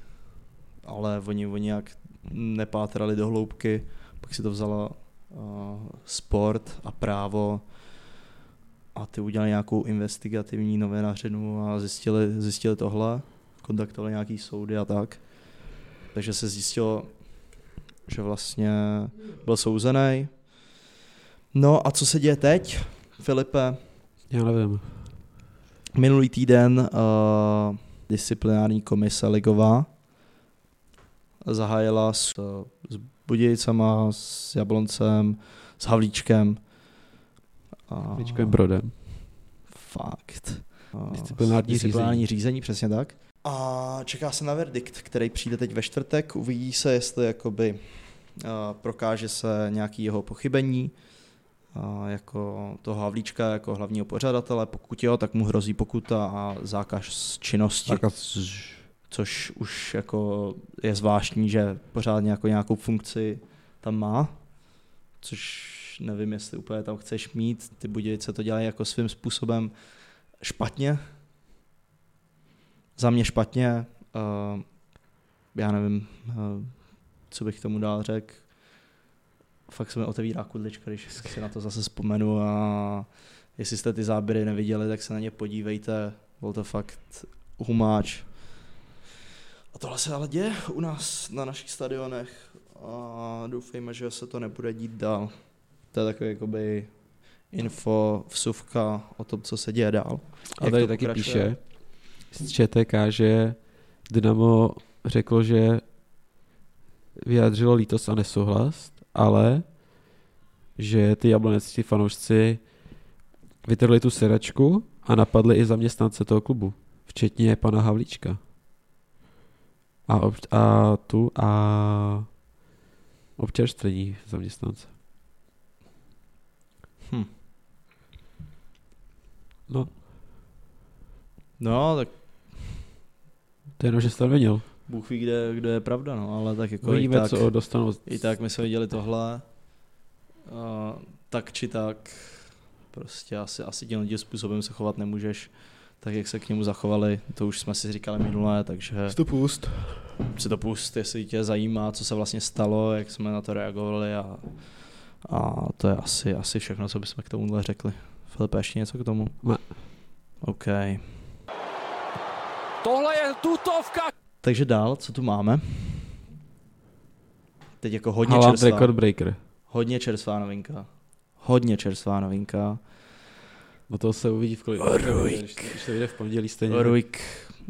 ale oni, oni nějak nepátrali do hloubky, pak si to vzala uh, sport a právo a ty udělali nějakou investigativní novinářinu a zjistili, zjistili tohle, kontaktovali nějaký soudy a tak. Takže se zjistilo, že vlastně byl souzený. No a co se děje teď, Filipe? Já nevím. Minulý týden uh, disciplinární komise Ligová zahájila s, eh, s Budějcama, s Jabloncem, s Havlíčkem. A- Víčkovým brodem. Fakt. A- Disciplinární disciplinární řízení. řízení, přesně tak. A čeká se na verdikt, který přijde teď ve čtvrtek. Uvidí se, jestli jakoby a, prokáže se nějaký jeho pochybení a, jako toho Havlíčka, jako hlavního pořadatele. Pokud jo, tak mu hrozí pokuta a zákaz činnosti. Což už jako je zvláštní, že pořádně jako nějakou funkci tam má, což nevím, jestli úplně tam chceš mít. Ty Budějovice to dělají jako svým způsobem špatně. Za mě špatně. eh, Uh, já nevím, uh, co bych k tomu dál řekl. fakt se mi otevírá kudlička, když si na to zase vzpomenu a jestli jste ty záběry neviděli, tak se na ně podívejte. Byl to fakt humáč. A tohle se ale děje u nás na našich stadionech a doufejme, že se to nebude dít dál. To je takový jakoby info, vsuvka o tom, co se děje dál. A Jak tady to taky pokračuje? píše z ČTK, že Dynamo řeklo, že vyjádřilo lítost a nesouhlas, ale že ty jablonecký fanoušci vytrhli tu sedačku a napadli i zaměstnance toho klubu, včetně pana Havlíčka. A, ob, a tu a občerstvení zaměstnance. Hm. No, No, tak to je jenom, že jste to nevěděl. Bůh ví, kde, kde je pravda, no, ale tak jako i Uvidíme, tak, co dostanou. i tak my jsme viděli tohle. A, tak či tak, prostě asi, asi tím tím způsobem se chovat nemůžeš. Tak jak se k němu zachovali, to už jsme si říkali minule, takže to pust. si to pust, jestli tě zajímá, co se vlastně stalo, jak jsme na to reagovali a, a to je asi, asi všechno, co bychom k tomuhle řekli. Filipe, ještě něco k tomu? Ne. OK. Tohle je tutovka. Takže dál, co tu máme? Teď jako hodně Haaland čerstvá. record breaker. Hodně čerstvá novinka. Hodně čerstvá novinka. No to se uvidí v kolik. Ruik. Když to- Když to vyjde v pondělí stejně. Ruik,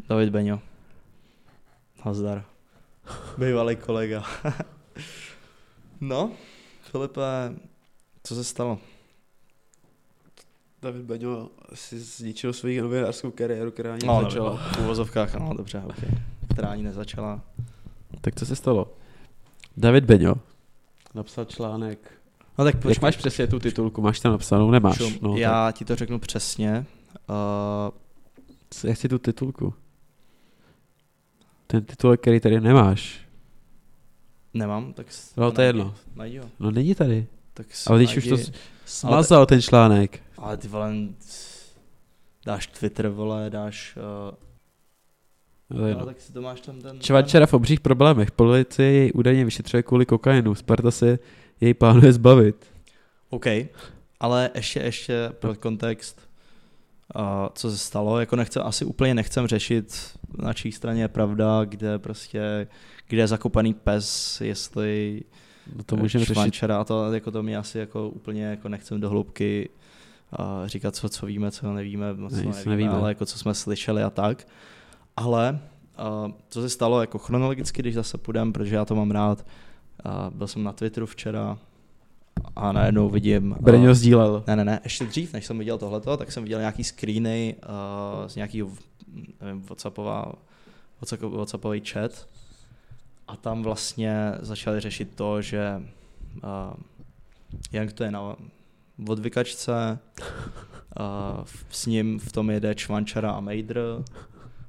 David Beňo. Nazdar. Bývalý kolega. no, Filipe, co se stalo? David Baňo si zničil svou novinářskou kariéru, která ani No, začala. v uvozovkách, no, dobře, okay. Která ani nezačala. no. Tak co se stalo? David Beňo napsal článek. No tak Jak máš přesně tu titulku? Máš tam napsanou? Nemáš. Šum. No, tak Já ti to řeknu přesně. Uh, co- jak si tu titulku? Ten titulek, který tady nemáš. nemám, tak... s- No, to je najdi- jedno. Najdi ho. No není tady. Tak s- Ale když už to s- najdi- smazal ten článek. Ale ty vole, dáš Twitter, vole, dáš... Uh, No, to je jedno. tak si to máš tam ten... Čvačera v obřích problémech. Policie jej údajně vyšetřuje kvůli kokainu. Sparta se jej plánuje zbavit. OK, ale ještě, ještě pro kontext, uh, co se stalo, jako nechce, asi úplně nechcem řešit, na čí straně je pravda, kde prostě, kde je zakopaný pes, jestli No to můžeme řešit. Švančara, to, jako to mi asi jako úplně jako nechcem do hloubky a říkat, co, co víme, co nevíme, moc Ne, ne, nic nevíme, nevíme, nevíme. ale jako co jsme slyšeli a tak. Ale a, co se stalo jako chronologicky, když zase půjdem, protože já to mám rád, a, byl jsem na Twitteru včera a najednou vidím... a- Breňo sdílel. ne, ne, ne, ještě dřív, než jsem viděl tohleto, tak jsem viděl nějaký screeny uh, z nějakého, nevím, Whatsappová, Whatsapp, Whatsappový chat a tam vlastně začali řešit to, že uh, Young to je na odvykačce, uh, s ním v tom jede Čvančara a Mejdr,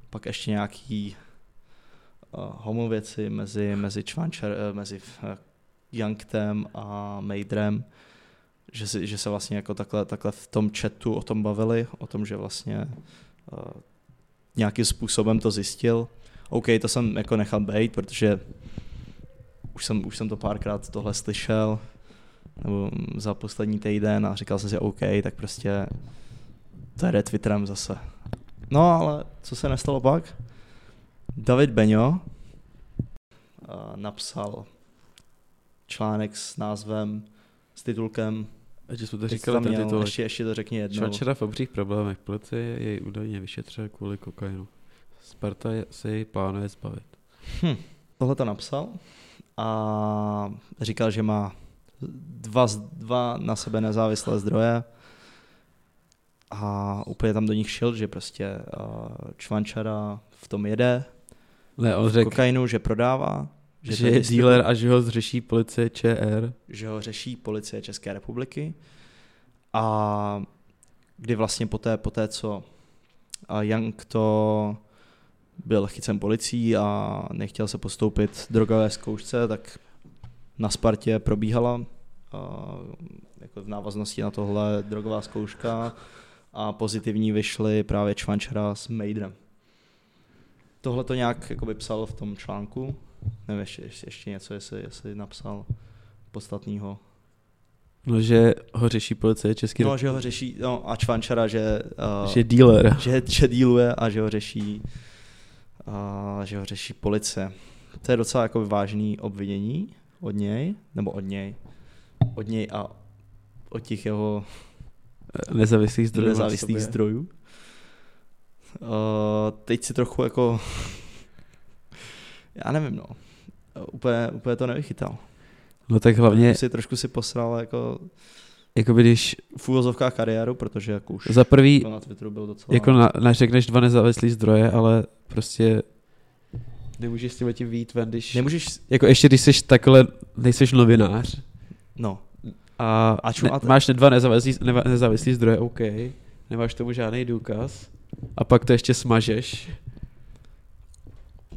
pak ještě nějaký uh, homo věci mezi, mezi, Čvančar, eh, mezi uh, Youngtem a Mejdrem že, si, že se vlastně jako takhle, takhle v tom chatu o tom bavili, o tom, že vlastně uh, nějakým způsobem to zjistil. OK, to jsem jako nechal být, protože už jsem, už jsem to párkrát tohle slyšel, nebo za poslední týden a říkal jsem si OK, tak prostě to jede Twitterem zase. No ale co se nestalo pak? David Beňo uh, napsal článek s názvem, s titulkem Že jsme to Teď jsi tam říkali, ten měl, titulek. Ještě, ještě to řekni jednou. Švačera v obřích problémech. Policie jej údajně vyšetřuje kvůli kokainu. Sparta je- se jej plánuje zbavit. Tohle to napsal a říkal, že má dva, z- dva na sebe nezávislé zdroje a úplně tam do nich šel, že prostě uh, Čvančara v tom jede, Ne, on v řekl, kokainu, že prodává, Jako, že, to je distribu- dealer a že ho zřeší policie ČR. že ho řeší policie České republiky a kdy vlastně poté, poté co a Young to byl chycen policií a nechtěl se postoupit drogové zkoušce, tak na Spartě probíhala a jako v návaznosti na tohle drogová zkouška a pozitivní vyšly právě Čvančara s Mejdrem. Tohle to nějak jakoby, psal v tom článku, nevím, ještě, ještě- ještě něco, jestli, jestli napsal podstatného No, že ho řeší policie České No, že ho řeší, no, ač Vančara, že, uh, že je dealer. že, že díluje a že ho řeší a že ho řeší policie. To je docela jako vážný obvinění od něj, nebo od něj, od něj a od těch jeho Nezávislých zdrojů. na nezávislých sobě. zdrojů. Uh, teď si trochu jako, já nevím no, úplně, úplně to nevychytal. No tak hlavně, Si trošku si posral jako jako když v úvozovkách kariéru, protože jako už za prvý byl na Twitteru byl docela... jako na, nařekneš dva nezávislý zdroje, ale prostě nemůžeš s tím tím výjít ven, když... Nemůžeš, Jako ještě když jsi takhle, nejseš novinář no, a, A čum, ne, a t- máš dva nezávislý, neva- nezávislý zdroje, OK, nemáš tomu žádný důkaz a pak to ještě smažeš.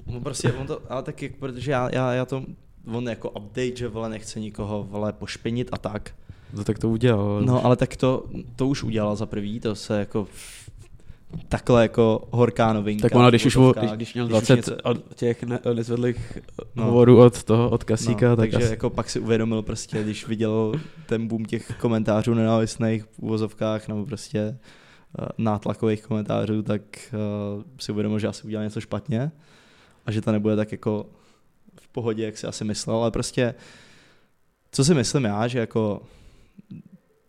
On prostě, on to, ale taky, protože já, já, já to, on jako update, že vole nechce nikoho vole pošpinit a tak. No tak to udělal. No ale tak to, to už udělal za prvý, to se jako takhle jako horká novinka. tak ona, když v už, mu, uvozovkách, když, když měl už 20 něco- od těch ne, nezvedlých No. no. hovorů od toho, od kasíka, no, tak takže asi, jako pak si uvědomil prostě, když viděl ten boom těch komentářů nenávistných v úvozovkách nebo prostě eh, nátlakových komentářů, tak eh, si uvědomil, že asi udělal něco špatně a že to nebude tak jako v pohodě, jak si asi myslel, ale prostě co si myslím já, že jako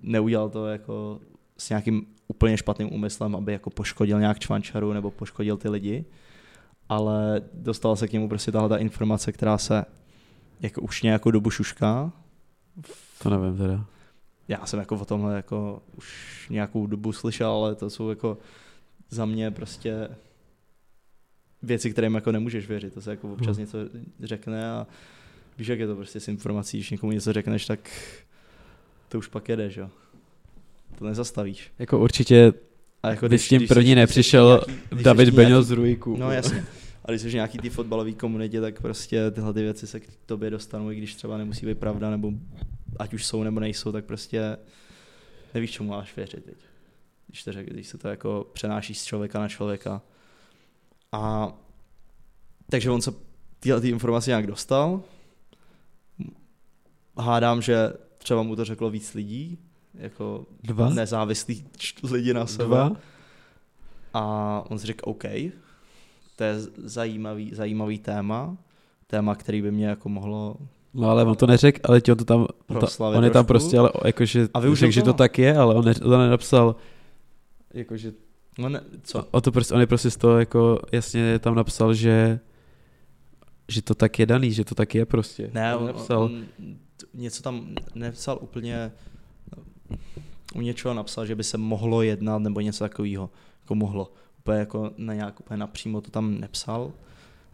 neudělal to jako s nějakým úplně špatným úmyslem, aby jako poškodil nějak čvančaru nebo poškodil ty lidi, ale dostala se k němu prostě tahle ta informace, která se jako už nějakou dobu šušká. to nevím teda. Já jsem jako o tomhle jako už nějakou dobu slyšel, ale to jsou jako za mě prostě věci, kterým jako nemůžeš věřit. To se jako Hmm. občas něco řekne a víš, jak je to prostě s informací, když někomu něco řekneš, tak to už pak jedeš, jo. To nezastavíš. Jako určitě A jako Když s tím první nepřišel když David jsi nějaký- Beňo z Rujku. No jasně. A když jsi v nějaký ty fotbalové komunitě, tak prostě tyhle ty věci se k tobě dostanou, i když třeba nemusí být pravda, nebo ať už jsou nebo nejsou, tak prostě nevíš, čemu máš věřit teď. Když, to řek, když se to jako přenáší z člověka na člověka. A takže on se tyhle ty informace nějak dostal. Hádám, že třeba mu to řeklo víc lidí, jako Dva? nezávislí č- lidi na sebe. Dva? A on si řekl, OK, to je zajímavý, zajímavý téma, téma, který by mě jako mohlo... No ale on to neřekl, ale ti on to tam, on ta- Proslavit on je tam trošku. prostě, ale jakože, A využil řekl, že toho. to tak je, ale on ne, to nenapsal, jakože, No ne, co? o to prostě, on je prostě z toho, jako, jasně tam napsal, že, že to tak je daný, že to tak je prostě. Ne, on on, napsal, on t- něco tam nepsal úplně... U něčeho napsal, že by se mohlo jednat nebo něco takového. Jako mohlo. Úplně jako na nějak úplně napřímo to tam nepsal.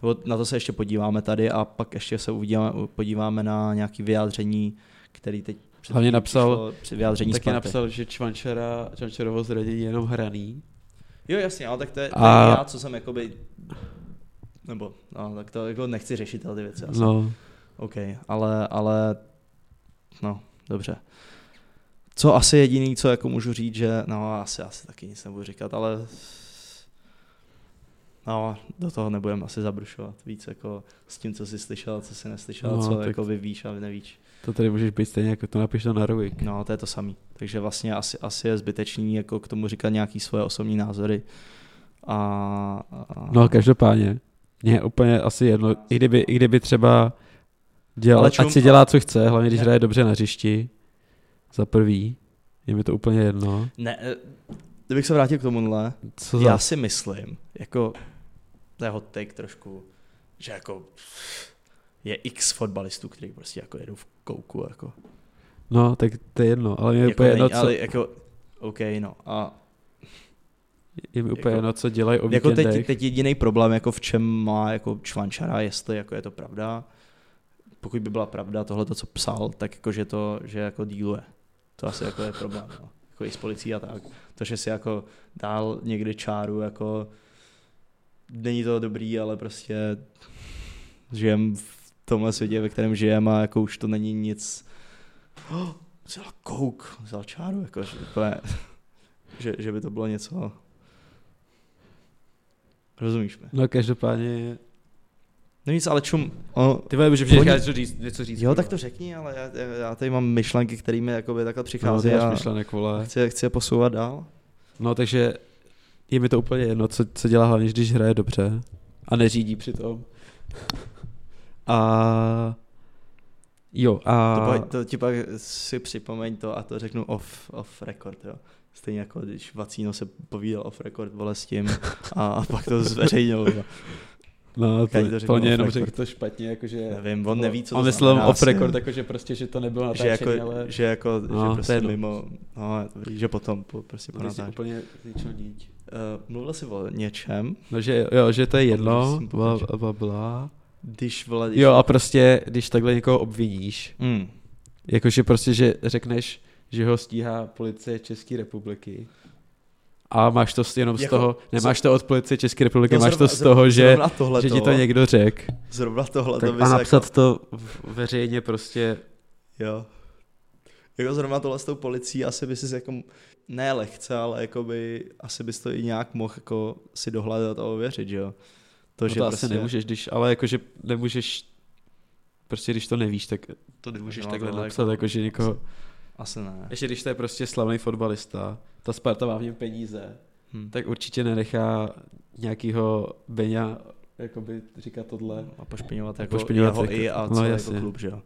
Nebo na to se ještě podíváme tady a pak ještě se uvidíme, podíváme na nějaké vyjádření, který teď před Hlavně chvílí napsal- přišlo při vyjádření taky Sparty. napsal, že Čvančara, Čvančarovo zradění je jenom hraný. Jo, jasně, ale tak to je, to A- je já, co jsem jakoby... Nebo, no, tak to jako nechci řešit tyhle ty věci asi. No. No, OK, ale, ale... No, dobře. Co asi jediný, co jako můžu říct, že... No, asi, asi taky nic nebudu říkat, ale... No, do toho nebudeme asi zabrušovat víc jako s tím, co jsi slyšel, co jsi neslyšel, No, no, co tak- jako vy víš a vy nevíš. to tady můžeš být stejně, jako to napiš to na Rujk. No, to je to samý. Takže vlastně asi, asi je zbytečný jako k tomu říkat nějaký svoje osobní názory. A, a... No, každopádně, mně je úplně asi jedno, i kdyby, i kdyby třeba dělal, Ale ale čum- ať si dělá, co chce, hlavně když Ne. hraje dobře na hřišti, za prvý, je mi to úplně jedno. Ne, eh, kdybych se vrátil k tomuhle, Co já za... si myslím, jako, to je hot take trošku, že jako je x fotbalistů, kteří prostě jako jedou v kouku, jako. No, tak to je jedno, ale je mi jako úplně jedno, nej, co, ale jako, OK, no. A je mi úplně jako- jedno, co dělají o jako teď, víkendech. teď jediný problém, jako v čem má jako čvančara, jestli jako je to pravda, pokud by byla pravda tohle, co psal, tak jako, že to, že jako díluje. To asi jako je problém, no. jako i s policií a tak. To, že si jako dál někde čáru, jako není to dobrý, ale prostě žijem v tomhle světě, ve kterém žijem a jako už to není nic. Oh, vzal kouk, vzal čáru, jako, že, úplně, že, že by to bylo něco. Rozumíš mi? No, každopádně No nic, ale čum. Ono, Ty vole, že vždycky Oni- říkáš něco říct, něco říct. jo, kurva. tak to řekni, ale já, já tady mám myšlenky, které mi jakoby takhle No, ty přichází máš a myšlenek, vole. chci, chci je posouvat dál. No, takže je mi to úplně jedno, co, co dělá hlavně, když hraje dobře a neřídí přitom. A jo, To, a pak, to ti pak si připomeň to a to řeknu off, off record, jo. Stejně jako když Vacíno se povídal off record, vole, s tím a, a pak to zveřejnil. jo. no, to, Kaď to to, řekl mě off jenom record. řekl to špatně, jakože... Nevím, on neví, co to On myslel znamená off asi. record, jakože prostě, že to nebylo že natáčení, jako, ale... že jako, No, že to je prostě jedno. mimo, no, je dobrý, že potom po, prostě po No, si natáč. Uh, úplně zničil niť. mluvil jsi o něčem, No, že, jo, že to je jedno, Můžeš si bla, pokračovat. bla, bla. když vole, když... Jo, a prostě, když takhle někoho obviníš, Mm. Jakože prostě, že řekneš, že ho stíhá policie České republiky. A máš to s- jenom z Jako- toho, nemáš to od policie České republiky, No, máš to zrovna- z toho, že, zrovna tohle že ti to někdo řekl. Zrovna tohle Tak to by a se jako- napsat to v- veřejně prostě, Jo. Jako zrovna tohle s tou policií asi by si jako, ne lehce, ale jako by, asi bys to i nějak mohl jako si dohledat a ověřit, že prostě- jo. To, to, no to asi nemůžeš, když, ale jakože nemůžeš, prostě když to nevíš, tak to nemůžeš No, takhle tohle napsat, jako- jakože někoho, Asi ne. ještě když to je prostě slavný fotbalista, ta Sparta má v něm peníze, Hm. tak určitě nenechá nějakýho Beňa jakoby říkat tohle. A pošpiňovat A jako pošpiňovat jeho jako- i a no, celý jako jasně. klub, že jo.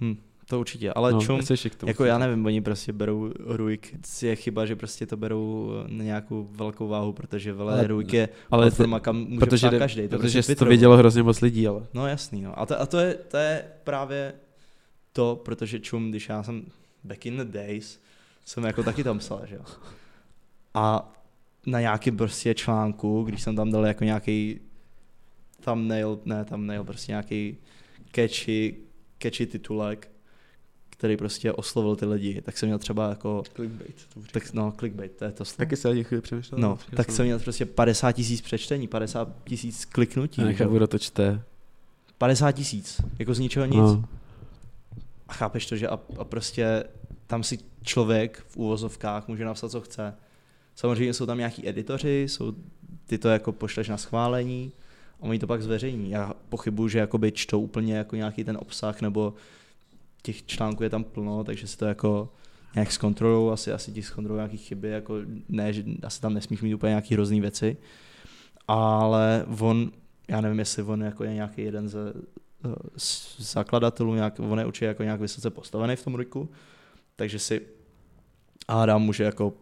Hm. To určitě, ale no, čum, chceš je k tomu jako já nevím, oni prostě berou Ruik, je chyba, že prostě to berou na nějakou velkou váhu, protože vele Ale- Ruik je ale ale forma, kam může protože, psát každý. To protože prostě jsi to Twitter- vidělo hrozně moc lidí, ale. No jasný, no. A to, a to, je, to je právě to, protože čum, když já jsem back in the days, jsem jako taky tam psal, že jo. A na nějakém prostě článku, když jsem tam dal jako nějaký thumbnail, ne thumbnail, prostě nějaký catchy, catchy titulek, který prostě oslovil ty lidi, tak jsem měl třeba jako, Clickbait. To tak no clickbait, to je to slovo. Taky se hodně chvíli přemýšlel. No, tak jsem měl prostě 50 tisíc přečtení, 50 tisíc kliknutí, že jo. Nechápu, kdo to čte. 50 tisíc, jako z ničeho nic. No. A chápeš to, že a, a prostě tam si člověk v úvozovkách může napsat, co chce. Samozřejmě jsou tam nějaký editoři, jsou, ty to jako pošleš na schválení a oni to pak zveřejní. Já pochybuju, že jakoby čtou úplně jako nějaký ten obsah nebo těch článků je tam plno, takže si to jako nějak zkontrolují, asi, asi ti zkontrolují nějaké chyby, jako ne, že asi tam nesmíš mít úplně nějaký hrozný věci, ale on, já nevím, jestli on jako je nějaký jeden ze, z eh, zakladatelů, nějak, on je určitě jako nějak vysoce postavený v tom Riku, takže si Adam může jako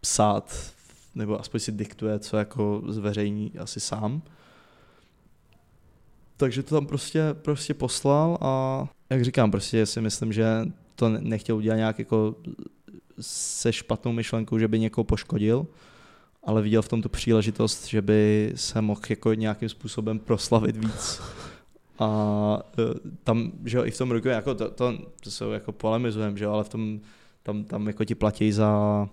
psát, nebo aspoň si diktuje, co jako zveřejní asi sám. Takže to tam prostě, prostě poslal a jak říkám, prostě si myslím, že to ne- nechtěl udělat nějak jako se špatnou myšlenkou, že by někoho poškodil, ale viděl v tom tu příležitost, že by se mohl jako nějakým způsobem proslavit víc. A eh, tam, že jo, i v tom roku, jako to, to, to jsou jako polemizujem, že jo, ale v tom, tam, tam jako ti platí za,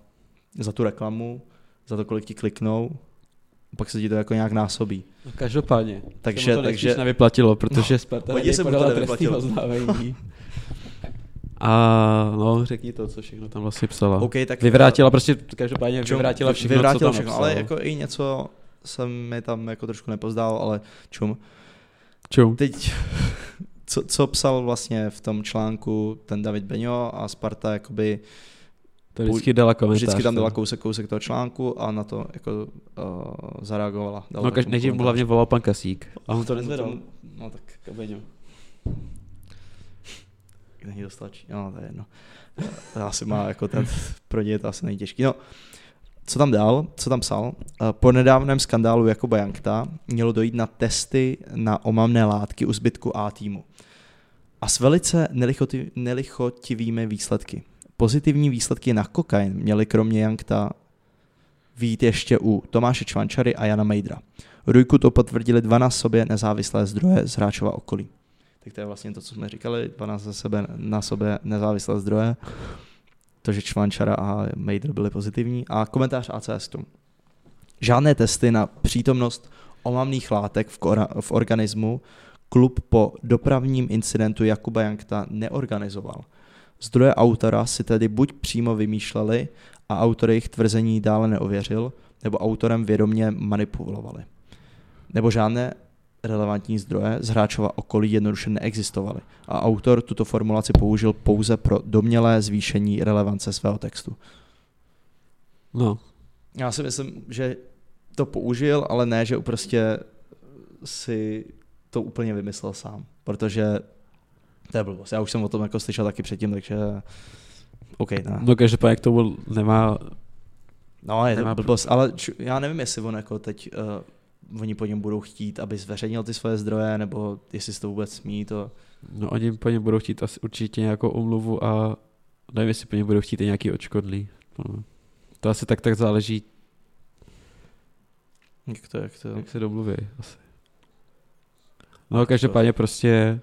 za tu reklamu, za to, kolik ti kliknou, pak se ti to jako nějak násobí. No, Každopádně. Takže- se mu to takže- nejspíš nevyplatilo, protože no, Sparta hodně na něj se mu to podala nevyplatilo. trestní oznámení. A no, řekni to, co všechno tam vlastně psala. OK, tak Vyvrátila prostě, každopádně Čum, vyvrátila všechno, vyvrátila co tam všechno, napsala. no. ale jako i něco jsem mi tam jako trošku nepozdál, ale čum. Čum. Teď, co, co psal vlastně v tom článku ten David Beňo a Sparta jakoby To vždycky dala komentář. no. vždycky tam to. dala kousek, kousek toho článku a na to jako uh, zareagovala. Dala No, takovou kaž, nejdřív mu komentář. hlavně volal pan Kasík. A on to No, nezvedal. no tak Kabeňo. není to stačí, no to je jedno. To asi má jako ten, pro ně je to asi nejtěžký. No, co tam dál, co tam psal? Eh, Po nedávném skandálu Jakuba Jankta mělo dojít na testy na omamné látky u zbytku A týmu. A s velice nelichoti- nelichotivými výsledky. Pozitivní výsledky na kokain měly kromě Jankta výjít ještě u Tomáše Čvančary a Jana Mejdra. Rujku to potvrdili dva na sobě nezávislé zdroje z Hráčova okolí. Tak to je vlastně to, co jsme říkali, 12 na sebe, na sobě nezávislé zdroje. To, že Čvančara a Mejdr byli pozitivní. A komentář ACS k tomu. Žádné testy na přítomnost omamných látek v, kora, v organismu klub po dopravním incidentu Jakuba Jankta neorganizoval. Zdroje autora si tedy buď přímo vymýšleli a autor jejich tvrzení dále neověřil, nebo autorem vědomě manipulovali. Nebo žádné relevantní zdroje z hráčova okolí jednoduše neexistovaly a autor tuto formulaci použil pouze pro domělé zvýšení relevance svého textu. No, Já si myslím, že to použil, ale ne, že prostě si to úplně vymyslel sám, protože to je blbost. Já už jsem o tom jako slyšel taky předtím, takže OK, ne. no každopádně k tomu nemá, No, je Nemá to blbost, ale č- já nevím, jestli on jako teď, uh, oni po něm budou chtít, aby zveřejnil ty svoje zdroje, nebo jestli si to vůbec smí, to... no oni po něm budou chtít asi určitě nějakou omluvu a nevím, jestli po něm budou chtít i nějaký odškodný. No. To asi tak tak záleží, Jak to, jak to... jak se domluví asi. No každopádně prostě,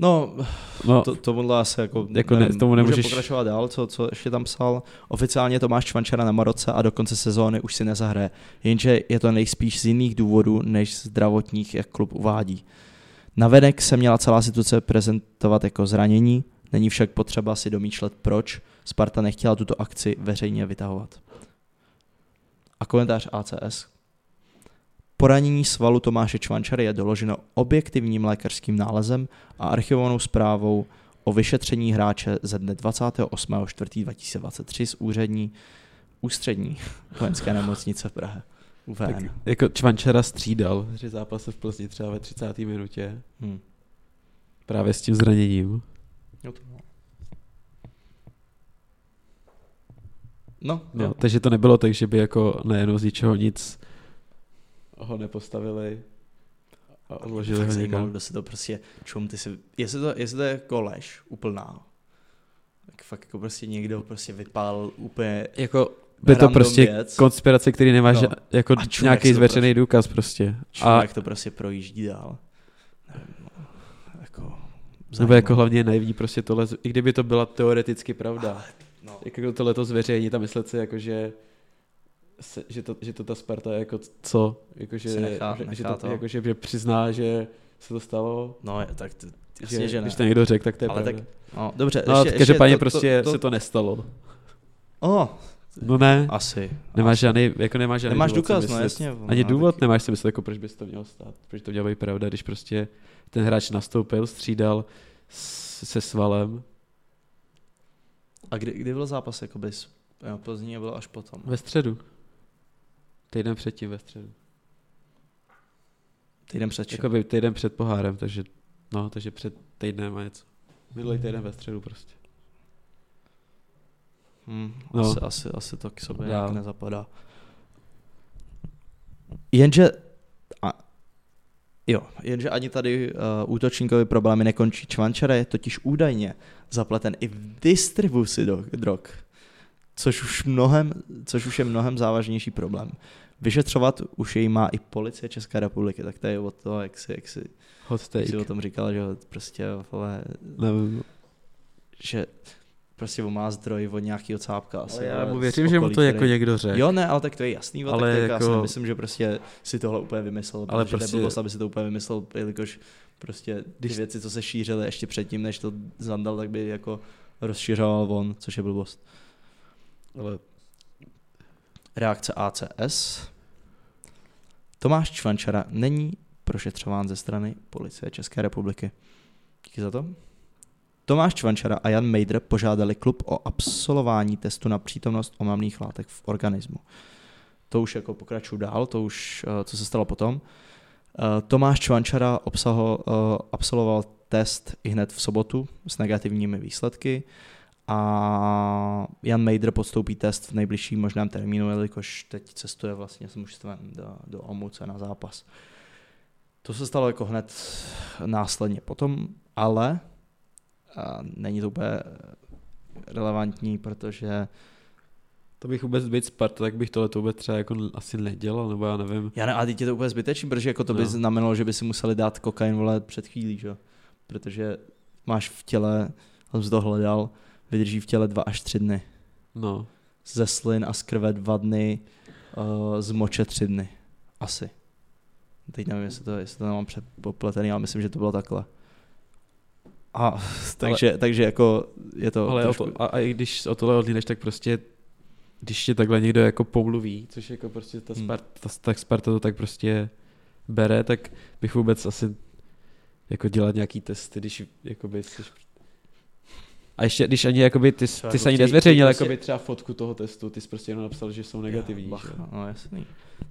No, no, to, tomuhle asi jako, Jako ne- tomu nemůžeš- Může pokračovat dál, co, co ještě tam psal. Oficiálně Tomáš Čvančara na Maroce a do konce sezóny už si nezahraje. Jenže je to nejspíš z jiných důvodů, než zdravotních, jak klub uvádí. Navenek se měla celá situace prezentovat jako zranění, není však potřeba si domýšlet proč. Sparta nechtěla tuto akci veřejně vytahovat. A komentář ACS. Poranění svalu Tomáše Čvančary je doloženo objektivním lékařským nálezem a archivovanou zprávou o vyšetření hráče ze dne 28.4.2023 z úřední ústřední vojenské nemocnice v Prahe. UVN. tak, jako Čvančara střídal tři zápasy v Plzni třeba ve 30. minutě Hmm. právě s tím zraněním. Jo, to bylo. No, No, jo. takže to nebylo tak, že by jako najednou z ničeho nic ho nepostavili a odložili Fakt ho zajímalo, někam. kdo si to prostě, čum ty si, jestli to, jestli to je jako lež úplná, tak fakt jako prostě někdo prostě vypálil úplně Jako by to random prostě věc. konspirace, který nemá No. no. jako A čunek nějaký si to zveřejný důkaz prostě. A člověk to prostě projíždí dál. Nevím, no, jako, nebo zajímavé. jako hlavně je naivní prostě tohle, z- i kdyby to byla teoreticky pravda, Ale, no, jako tohle to zveřejnit a myslet si jako, že se, že, to, že to ta Sparta jako co, jako že, Si nechá- že, že, nechá to, to. Jako, že, že přizná, že se to stalo, no, je- tak to, jasně, že, že, že ne. když to někdo řekl, tak to je Ale tak, pravda. no, dobře, No, ještě, ještě, ještě každopádně prostě to, se to, to nestalo. o, No ne, asi. nemáš žádný, jako nemáš žádný Nemáš důvod si důkaz, myslet, no jasně. no, Ani no, důvod tak- nemáš si myslet, jako proč by se to mělo stát. Proč to měla být pravda, když prostě ten hráč nastoupil, střídal s- se svalem A kdy, kdy byl zápas, jakoby, s- jo, Plzní a byl až potom. ve středu. Týden předtím ve středu. Týden před čím? Jakoby týden před pohárem, takže no, takže před týdnem a něco. Minulý týden ve středu prostě. Hmm, No. asi, asi, asi to k sobě nějak Dál. nezapadá. Jenže a, jo, jenže ani tady uh, útočníkovi problémy nekončí. Čvančara je totiž údajně zapleten i v distribuci do, drog, což už, mnohem, což už je mnohem závažnější problém. Vyšetřovat už jej má i policie České republiky, tak to je o to, jak si, jak si, Hot jak si take. o tom říkal, že prostě vole, Nevím. že prostě on má zdroj od nějakého cápka. Asi, Ale já ale mu z věřím, že mu okolí, to jako který- někdo řekl. Jo, ne, ale tak to je jasný, ale Ale tak to jako... já si jako- myslím, že prostě si tohle úplně vymyslel, Ale ale protože prostě... prostě- nebylo aby si to úplně vymyslel, jelikož prostě ty Když... Když- věci, co se šířily ještě předtím, než to zandal, tak by jako rozšiřoval on, což je blbost. Ale Reakce ACS. Tomáš Čvančara není prošetřován ze strany policie České republiky. Díky za to. Tomáš Čvančara a Jan Mejdr požádali klub o absolvování testu na přítomnost omamných látek v organismu. To už jako pokračuju dál, to už, eh, co se stalo potom. Eh, Tomáš Čvančara obsaho, eh, absolvoval test i hned v sobotu s negativními výsledky a Jan Mejdr podstoupí test v nejbližším možném termínu, jelikož teď cestuje vlastně s mužstvem do, do Olomouce na zápas. To se stalo jako hned následně potom, ale a není to úplně relevantní, protože to bych vůbec být Sparta, tak bych tohle to vůbec třeba jako n- asi nedělal, nebo já nevím. já ne, a teď je to úplně zbytečný, protože jako to by No. znamenalo, že by si museli dát kokain vole před chvílí, že? jo? protože máš v těle, on si to hledal, vydrží v těle dva až tři dny. No. ze slin a z krve dva dny, uh, z moče tři dny. Asi. Teď nevím, jestli to, jestli to nemám předpopletený, ale myslím, že to bylo takhle. A, takže, ale, takže jako je to Ale o trošku, to, a, a i když o tohle odlíneš, tak prostě když tě takhle někdo jako pomluví, což jako prostě ta Hmm. Sparta, ta, tak Sparta to tak prostě bere, tak bych vůbec asi jako dělat nějaký testy, když jakoby jsi... A ještě, když ani jakoby ty, jsi- prostě- Třeba ty jako jsi ani chtějí- nezveřejnil chtějí jakoby třeba fotku toho testu, ty jsi prostě jenom napsal, že jsou negativní. že? Bacha, no jasný.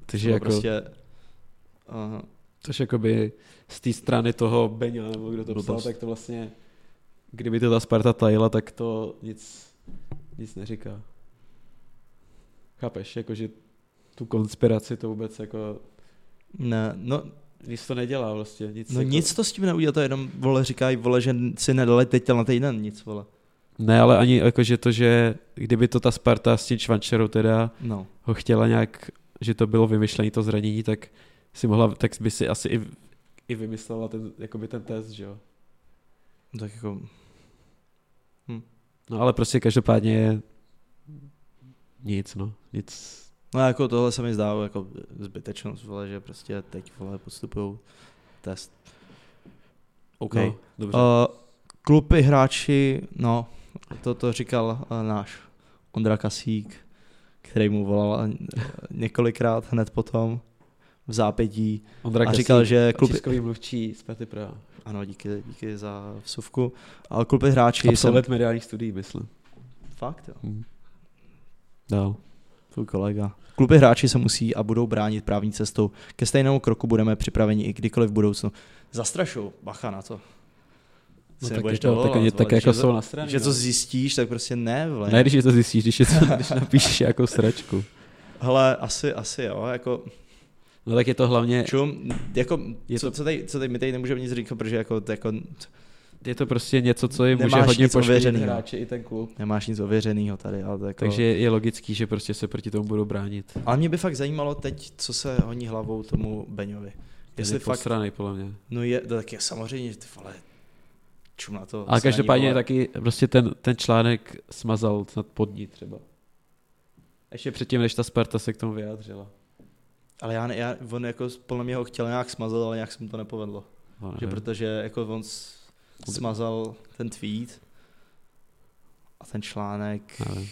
Takže Že jako, prostě... prostě, uh, což jakoby z té strany toho Beňa, nebo kdo to psal, Blbost. tak to vlastně, kdyby to ta Sparta tajila, tak to nic, nic neříká. Chápeš, jakože tu konspiraci to vůbec jako, ne, no, nic to nedělá vlastně. Nic no jako... nic to s tím neudělá, to jenom, vole, říkají, vole, že si nedali teď na týden nic, vole. Ne, ale ani jakože to, že kdyby to ta Sparta s tím Švančerou teda No, ho chtěla nějak, že to bylo vymyšlené to zranění, tak si mohla, tak by si asi i, i vymyslela ten, jakoby ten test, že jo. tak jako, No ale prostě každopádně nic, no, nic. no jako tohle se mi zdá jako zbytečnost, vole, že prostě teď, vole, podstupují test. OK, No, no, dobře. Uh, Uh, klupy, hráči, no, to, to říkal uh, náš Ondra Kasík, který mu volal eh, několikrát hned potom v zápětí Ondra a říkal, kluby... že kluby, tiskový mluvčí z Party Praha. ano, díky, díky za vsuvku, ale kluby hráči Absolvent mediálních studií, myslím. jsem, fakt, jo, Hmm. Dál. tvůj kolega. Kluby hráči se musí a budou bránit právní cestou. Ke stejnému kroku budeme připraveni i kdykoliv v budoucnu. Zastrašou, bacha na to. No, Si tak, nebudeš jako, tak, dovolat, oni- vole, tak když jako je to- jsou na straně. Že no. to zjistíš, tak prostě ne, vole. ne, když je to zjistíš, když, je to, když napíšeš jako sračku. Hele, asi, asi jo, jako No tak je to hlavně, Čum, jako, Je je co, co, tady, co tady, my tady nemůžeme nic říkat, protože jako, jako je to prostě něco, co jim může Nemáš hodně nic poškodit ověřenýho. hráče i ten klub. nemáš nic ověřeného tady, ale to jako... Takže je, je logický, že prostě se proti tomu budou bránit. Ale mě by fakt zajímalo teď, co se honí hlavou tomu Beňovi. Jestli Jestli fakt, fakt... strany, podle mě. no je, no tak je samozřejmě, ty vole, čum na to. A sraní, každopádně vole. taky prostě ten, ten článek smazal snad pod ní třeba. Ještě předtím, než ta Sparta se k tomu vyjádřila. Ale já, ne- já, on jako, podle mě ho chtěl nějak smazat, ale nějak se mu to nepovedlo. No, Že nevím. protože jako on s- smazal ten tweet a ten článek, Nevím.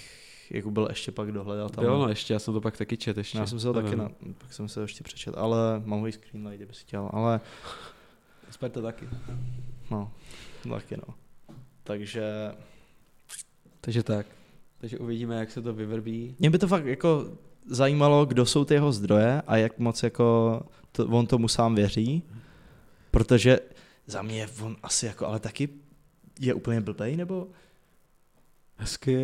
jako byl ještě pak dohledal tam. No, Bylo no ještě, já jsem to pak taky čet ještě. No, já jsem se ho taky, Nevím. na, pak jsem se ho ještě přečet, ale mám ho i screenlight, kdyby si chtěl, ale Sparta taky. no, taky no. Takže Takže tak. Takže uvidíme, jak se to vyvrbí. mě by to fakt jako zajímalo, kdo jsou ty jeho zdroje a jak moc jako to, on tomu sám věří, protože za mě on asi jako, ale taky je úplně blbej, nebo? Hezky.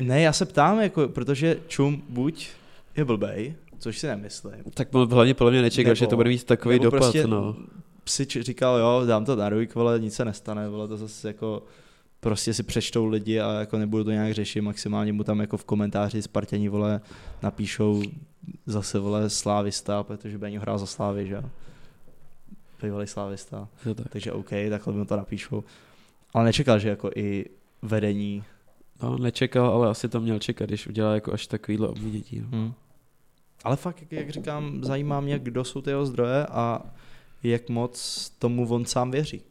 Ne, já se ptám, jako, protože Čum buď je blbej, což si nemyslím, Tak on hlavně podle mě nečekal, Nebo- že to bude mít takový nebo dopad. prostě- No. si č- říkal, jo, dám to na rujk, vole, nic se nestane, vole, to zase jako prostě si přečtou lidi a jako nebudu to nějak řešit, maximálně mu tam jako v komentáři Spartěni, vole, napíšou zase, vole, Slávista, protože Beňo hrál za Slávy, že jo. Bývalý Slávista, Je to tak. takže OK, takhle mu to napíšou. Ale nečekal, že jako i vedení. No, nečekal, ale asi to měl čekat, když udělá jako až takovýhle obvinění. No. Hm. Ale fakt, jak- jak říkám, zajímá mě, kdo jsou ty jeho zdroje a jak moc tomu on sám věří.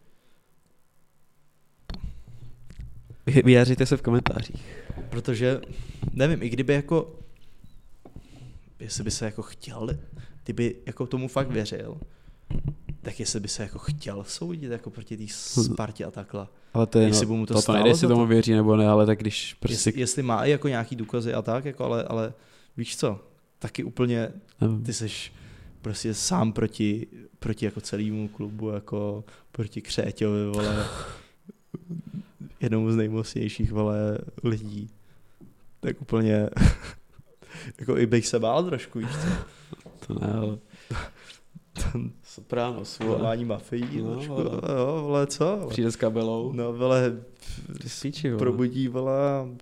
Vyjádříte se v komentářích. Protože, nevím, i kdyby jako, jestli by se jako chtěl, kdyby jako tomu fakt věřil, tak jestli by se jako chtěl soudit jako proti té Spartě a takhle. Ale to je, Jestli no, by mu to to stálo nejde, jestli za to? tomu věří nebo ne, ale tak když prostě... Jestli, jestli má i jako nějaký důkazy a tak, jako, ale, ale víš co, taky úplně nevím. ty seš prostě sám proti, proti jako celému klubu, jako proti Křéťovi, vole, jednomu z nejmocnějších, vole, lidí. Tak úplně, jako i bych se bál trošku, víš co, To ne, ale... No, Sopranos, vole. volání mafií, No, no, trošku, vole. jo, vole, co, vole. Přijde s kabelou. No, vole, Ty Píči, vole. probudí, vole,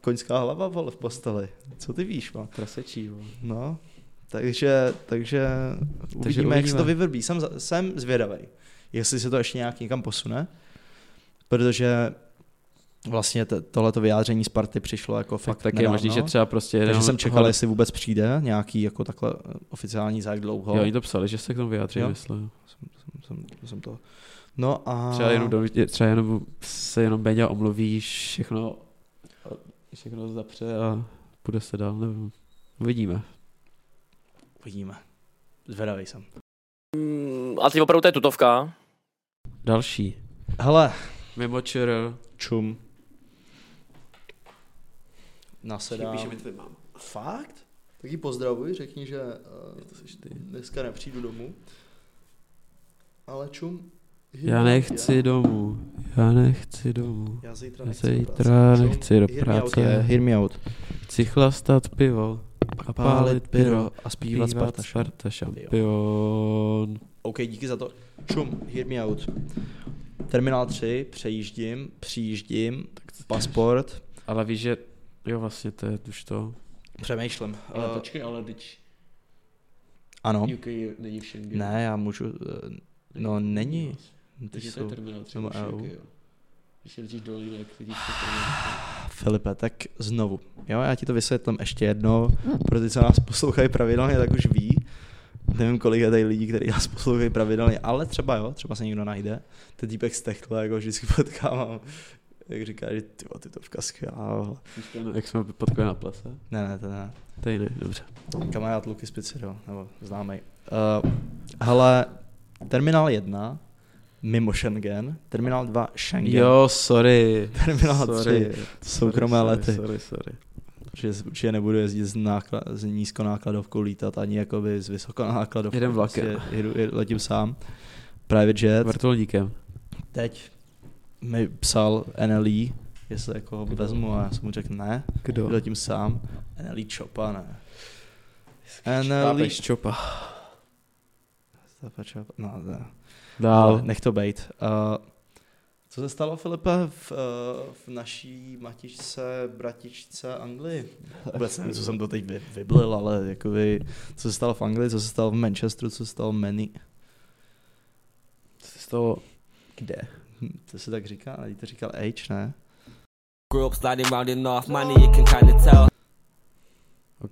koňská hlava, vole, v posteli. Co ty víš, vole? Prasečí, vole. No, takže, takže uvidíme, takže uvidíme, jak se uvidíme. to vyvrbí. Jsem, za- jsem zvědavý, jestli se to ještě nějak někam posune, protože vlastně t- tohleto vyjádření Sparty přišlo jako fakt Fakt tak je nedávno, možný, že třeba prostě... takže jenom- jsem čekal, jestli vůbec přijde nějaký jako takhle eh, oficiální za jak dlouho. Jo, oni to psali, že se k tomu vyjádří, Jo. myslím. Jsem, jsem to. No a... Třeba jenom, do- třeba jenom se jenom Beňa omluví, všechno, všechno zapře a půjde se dál, nevím. Uvidíme. Uvidíme. Zvedavý jsem. Mm, A ty opravdu to je tutovka. Další. Hele, Mimo ČR. čum. Nasedám. mám. Fakt? Tak ji pozdravuj, řekni, že eh, ty. dneska nepřijdu domů. Ale čum. Já nechci domů. Já nechci domů. Já zítra Já nechci do zítra práce. Čum. nechci do Hear me out, je, práce. Hear me out. Chci chlastat pivo a pálit pyro. a Pívat Sparta, Spartašem. Sparta šampion. OK, díky za to. Čum, hear me out. Terminál 3, přejíždím, přijíždím, pasport, Ale víš, že... Jo, vlastně to je už to. přemýšlím. Eh, ale teď ano. UK není v Schengenu. Ne, já můžu, eh, no není. Ty jsou, terminál nebo už EU. UK, Když letíš do Línek, vidíš Filipe, tak znovu. Jo, já ti to vysvětlím ještě jednou, pro ty, co nás poslouchají pravidelně, tak už ví. Nevím, kolik je tady lidí, kteří nás poslouchají pravidelně, ale třeba jo, třeba se někdo najde. Ten týpek z Techle, jako vždycky potkávám, jak říká, že ty vole, ty to skvělá. to Jak jsme potkali na plese? Ne, ne, to ne. Tady ne, dobře. Kamarád Luky Spicero, nebo známý. Uh, hele, terminál 1, mimo Schengen, terminál 2 Schengen. Jo, sorry. Terminál Sorry. 3, soukromé sorry, lety. Sorry, sorry. Protože s- určitě nebudu jezdit s, nákla- s nízkonákladovkou lítat, ani jakoby s vysokonákladovkou. Jedem vlakem. Prostě jedu, jedu, letím sám. Private jet. Vrtulníkem. Teď mi psal NLE, jestli jako ho vezmu a já jsem mu řekl ne, Kdo? letím sám. NLE Chopa, ne. NLE Chápeš, čopa. Chopa, Chopa, no, ne. Ale Dál. nech to bejt. Uh, co se stalo, Filipe, v, uh, v naší matičce, bratičce Anglii? Vůbec nevím, co jsem to teď vy, vyblil, ale jakoby, co se stalo v Anglii, co se stalo v Manchesteru, co se stalo v Manny. Co se stalo? Kde? Hm, To se tak říká, ale to říkal H, ne? Grew up sliding round in North Money, you can kinda tell.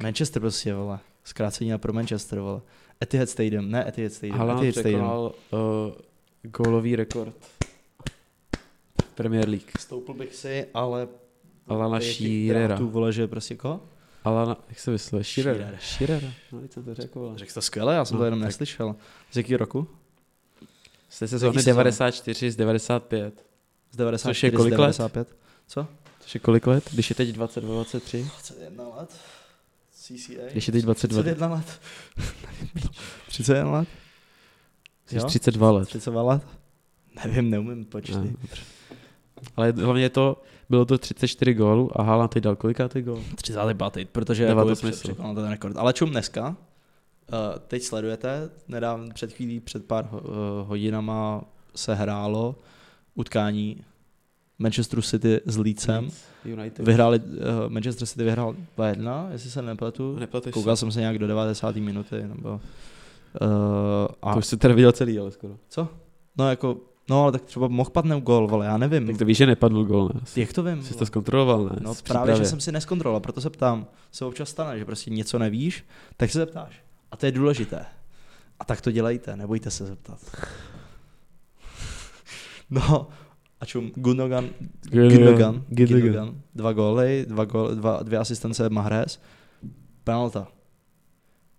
Manchester prostě, vole. Zkrácení pro Manchester, vole. Etihad Stadium, ne Etihad Stadium, Haaland Etihad Stadium. překonal uh, gólový rekord. Premier League. Stoupl bych si, ale... Alana tady těch Shearera. drátů, vole, že prostě koho? Alana, jak se vyslovuje? Shearer. Shearer. Shearer. No, co to řekl. vole. Řekl to skvěle, já jsem No, to jenom tak. neslyšel. Z jakého roku? Jste sezóny sezóny? 94 z 95. Z 94, Což je kolik z let? 95. Co? Což je kolik let? Když je teď 22, 23? 21 let. CCA. Když je teď 22. 31 let. 31 let? Jsi 32 let. 32 let? Nevím, neumím počty. Ne, dobře. Ale hlavně je to, bylo to 34 gólů a Haaland teď dal kolikátý gól? 35, protože Dává jako to by smysl. překonal ten rekord. Ale čum dneska, uh, teď sledujete, nedávno před chvílí, před pár ho- eh, hodinama se hrálo utkání Manchester City s Leedsem. United. Vyhráli, eh, Manchester City vyhrál 2-1, jestli se nepletu. Nepleteš Koukal se. jsem se nějak do 90. minuty, nebo... Uh, a, To už jsi teda viděl celý, ale skoro. co? No jako, no ale tak třeba mohl padnout gol, vole, já nevím. Tak to víš, že nepadl gól, ne? Jsi, Jak to vím? jsi vole? to zkontroloval, ne? Mm. No Jsi v právě, že přípravě. jsem si neskontroloval, proto se ptám. Se občas stane, že prostě něco nevíš, tak se zeptáš. A to je důležité. A tak to dělejte, nebojte se zeptat. No, a čum, Gundogan, Gundogan, Gundogan. Gundogan, dva góly, dva, góly, dva dvě asistence Mahrez, penalta.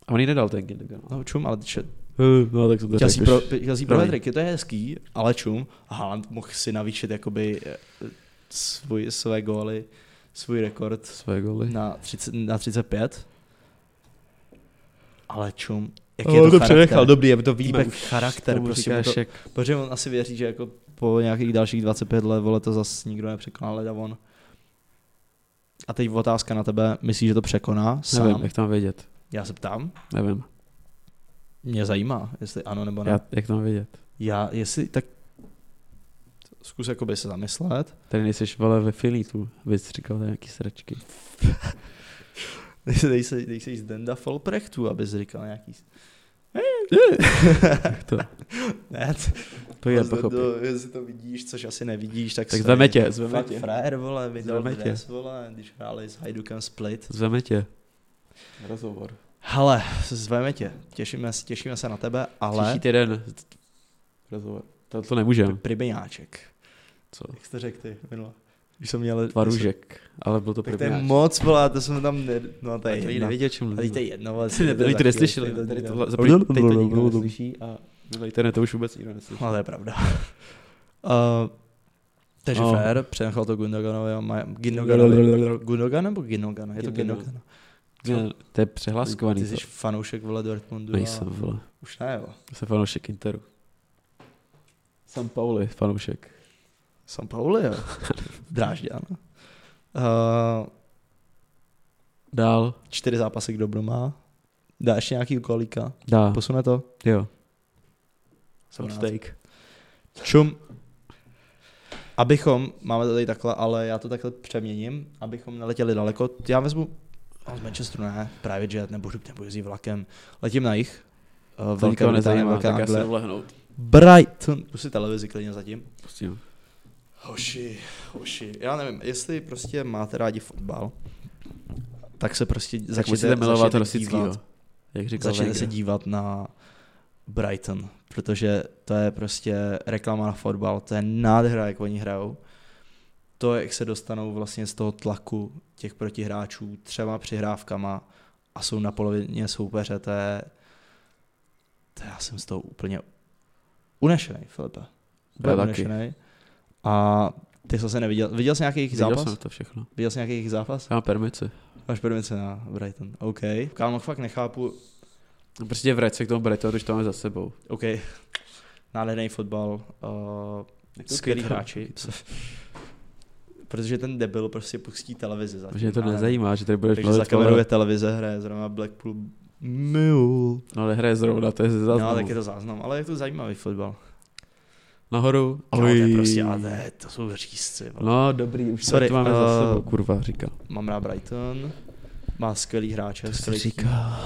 A on ji nedal ten Gundogan. No čum, ale če, Eh, No, tak to to chtěl si řekneš. pro, chtěl si pro Promiň. Hedrick, to je hezký, ale čum, a Haaland mohl si navýšit jakoby eh, svůj, své góly, svůj rekord Své góly. na, 30, na 35. Ale čum, jak Ale je to, to charakter. přenechal, dobrý, je to víme. Týpek už, charakter, tomu prostě říkáš, mu to- jak Protože on asi věří, že jako po nějakých dalších 25 let, vole, to zase nikdo nepřekoná, leda on. A teď otázka na tebe, myslíš, že to překoná sám? Nevím, jak tam vědět. Já se ptám, Nevím. mě zajímá, jestli ano nebo ne. Já, jak tam vědět. Já, jestli, tak zkus jakoby se zamyslet. Tady nejseš vole ve Filitu, bys říkal nějaký sračky. Dej se, dej se jíst Denda Folprechtu, abys říkal nějaký... to? ne, To je, Moc do- pochopím. do- Jestli to vidíš, což asi nevidíš, tak... Tak se- zveme tě, zveme Fakt tě. frajer, vole, vydal Zveme tě. dres, vole, když hráli s Hajdukem Split. Zveme tě. Rozhovor. Hele, zveme tě, těšíme, se- těšíme se na tebe, Ale... ale Příští týden. Rozhovor. To, to nemůžem. pribeňáček. Co? Jak jste řekl ty minule? Už jsem měl... Tvarůžek, ale byl to Tak to je první. moc, vole, to jsme tam... Ne... No to je Tady jedna. nevěděl, čím Ale to je vlastně, mluvím. jedno, ale... Tady to neslyšeli, No, tady to za první- teď to nikdo neslyší a na internetu už vůbec nikdo neslyší. No, to je pravda. Uh, takže No. no. fair, přenechal to Gundoganovi a Maja- Gundoganovi. Gundogan nebo Gindogan? Je to Gindogan. Gindogan. Ne, to je přehlaskovaný. Ty to. jsi fanoušek vole Dortmundu. a- Nejsem, vole. Už ne, jo. Jsem fanoušek Interu. Sam Pauli, fanoušek. São Paulo, jo. Drážďan. Uh, Dál. čtyři zápasy k dobru má. Dá ještě nějaký kolíka. Dá. Posune to. Jo. Jsem rád. Steak. Čum. Abychom, máme to tady takhle, ale já to takhle přeměním, abychom neletěli daleko. Já vezmu, no, z Manchesteru ne, private jet, nebudu, nebudu jezdit vlakem. Letím na jich. eh, To Velká nikoho Británie, nezajímá, Velká tak já se Anglie. vlehnout. Brighton. Pusti televizi klidně zatím. Pustím. Hoši, hoši. Já nevím, jestli prostě máte rádi fotbal, tak se prostě Tak začnete, musíte milovat začnete rosickýho. dívat- Jak říkal Začnete Jako se Wenger. dívat na Brighton, protože to je prostě reklama na fotbal, to je nádhera, jak oni hrajou. To, jak se dostanou vlastně z toho tlaku těch protihráčů třema přihrávkama a jsou na polovině soupeře, to je... To já jsem z toho úplně unešený, Filipe. Já Byl taky. unešený. A ty jsi se neviděl. Viděl jsi nějaký jejich Viděl zápas? jsem to všechno. Viděl jsi nějaký jejich zápas? Já mám permici. Máš prvence na Brighton. OK. Kámo, fakt nechápu. Prostě vrať se k tomu Bretovi, když to máme za sebou. OK. Nádherný fotbal. Uh, skvělí hráči. Protože ten debil prostě pustí televizi zatím. Že to ale- nezajímá, že tady budeš Takže mluvit, zakameruje vole. televize, hraje zrovna Blackpool Mule. No ale hraje zrovna, to je ze No, záznamu. tak je to záznam, ale je to zajímavý fotbal. Nahoru. Kámo, to je Oj. prostě, ale to je- to jsou řízci. vole. No dobrý, už Sorry, Sorry, to máme uh... za eh, sebou, kurva, říkal. Mám rád Brighton, má skvělý hráče, skvělý tým. říkal.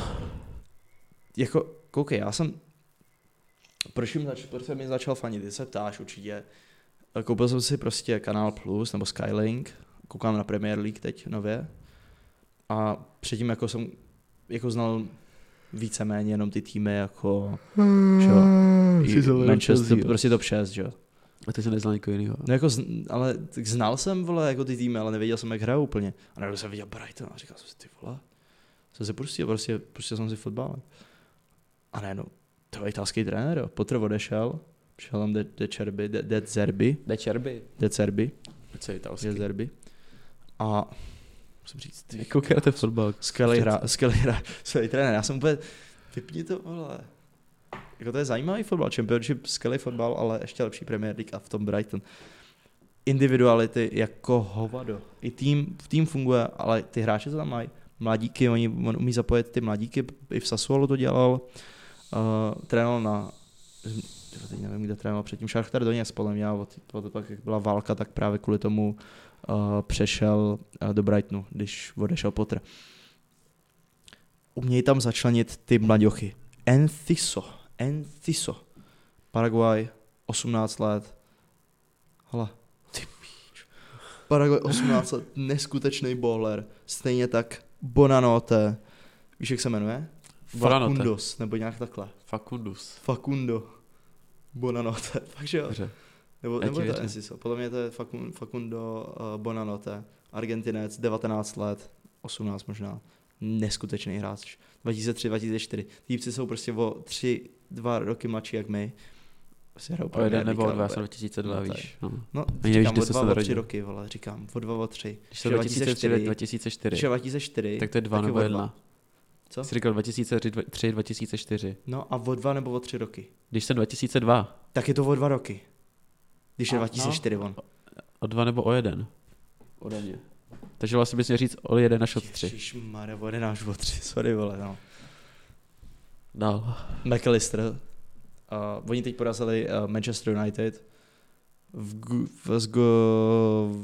jako, koukej, já jsem, proč, jim zač, proč jsem mi začal fanit, ty se ptáš určitě, Eh, koupil jsem si prostě Kanál Plus nebo Skylink, koukám na Premier League teď nově a předtím jako jsem, jako znal víceméně jenom ty týmy jako, že jo, i Manchester, prostě top 6, že jo. A ty se neznal nikoho jiného. No jako, zn- ale tak znal jsem, vole, jako ty týmy, ale nevěděl jsem, jak hrajou úplně. A najednou jsem viděl Brighton a říkal jsem si, ty vole, jsem se pustil, prostě, pustil jsem si fotbal. A najednou, to je italský trenér, jo. Potter odešel, přišel tam De, de Cerbi, de, de Zerbi, De Čerby. De Cerbi, Co je italský? de Zerbi. A musím říct, ty Koukáte fotbal. Skvělý hra, skvělý hra, skvělý trenér. Já jsem úplně, vypni to, vole. Jako to je zajímavý fotbal, championship, skvělý fotbal, ale ještě lepší Premier League a v tom Brighton. Individuality jako hovado. I tým, tým funguje, ale ty hráče to tam mají. Mladíky, oni, on umí zapojit ty mladíky, i v Sassuolo to dělal. Uh, trénoval na, tyjo, teď nevím, kde trénoval předtím, Šachtar Doněc, podle mě, a od, od, pak, jak byla válka, tak právě kvůli tomu uh, přešel uh, do Brightonu, když odešel Potter umějí tam začlenit ty mladěchy. Enthiso, Enthiso, Paraguay, 18 let. Hala, ty píč. Paraguay 18 let, neskutečný bowler. Stejně tak Bonanote, víš jak se jmenuje? Bonanote. Facundos, nebo nějak takhle. Facundus. Facundo. Bonanote, fakt že jo? Dobře. Nebo, Já nebo ti je to věřím. Enciso. Podle mě to je Facun- Facundo uh, Bonanote, Argentinec, 19 let, 18 možná. Neskutečný hráč. 2003, 2004. Týpci jsou prostě o 3, 2 roky mladší jak my. Prostě hrajou O jeden Premier nebo o League, dva, ale- jsem 2002, No, víš. No. No, Ani nevíš, říkám, kdy o jsi dva, se o tři narodil. roky, vole, říkám, o dva, o tři. Když jsem 2004, 2004, 2004, tak to je dva taky nebo o jedna. Co? Jsi říkal 2003, 2004. No a o dva nebo o tři roky. Když jsem 2002, Tak je to o dva roky. Když je A, no. 2004 on. o dva nebo o jeden. Ode mě. Takže vlastně bys měl říct o jeden až o tři. Ježišmarja, o jeden až o tři, sorry, vole, no. Dál. McAllister. Uh, oni teď porazili uh, Manchester United v, gu- v, s, go,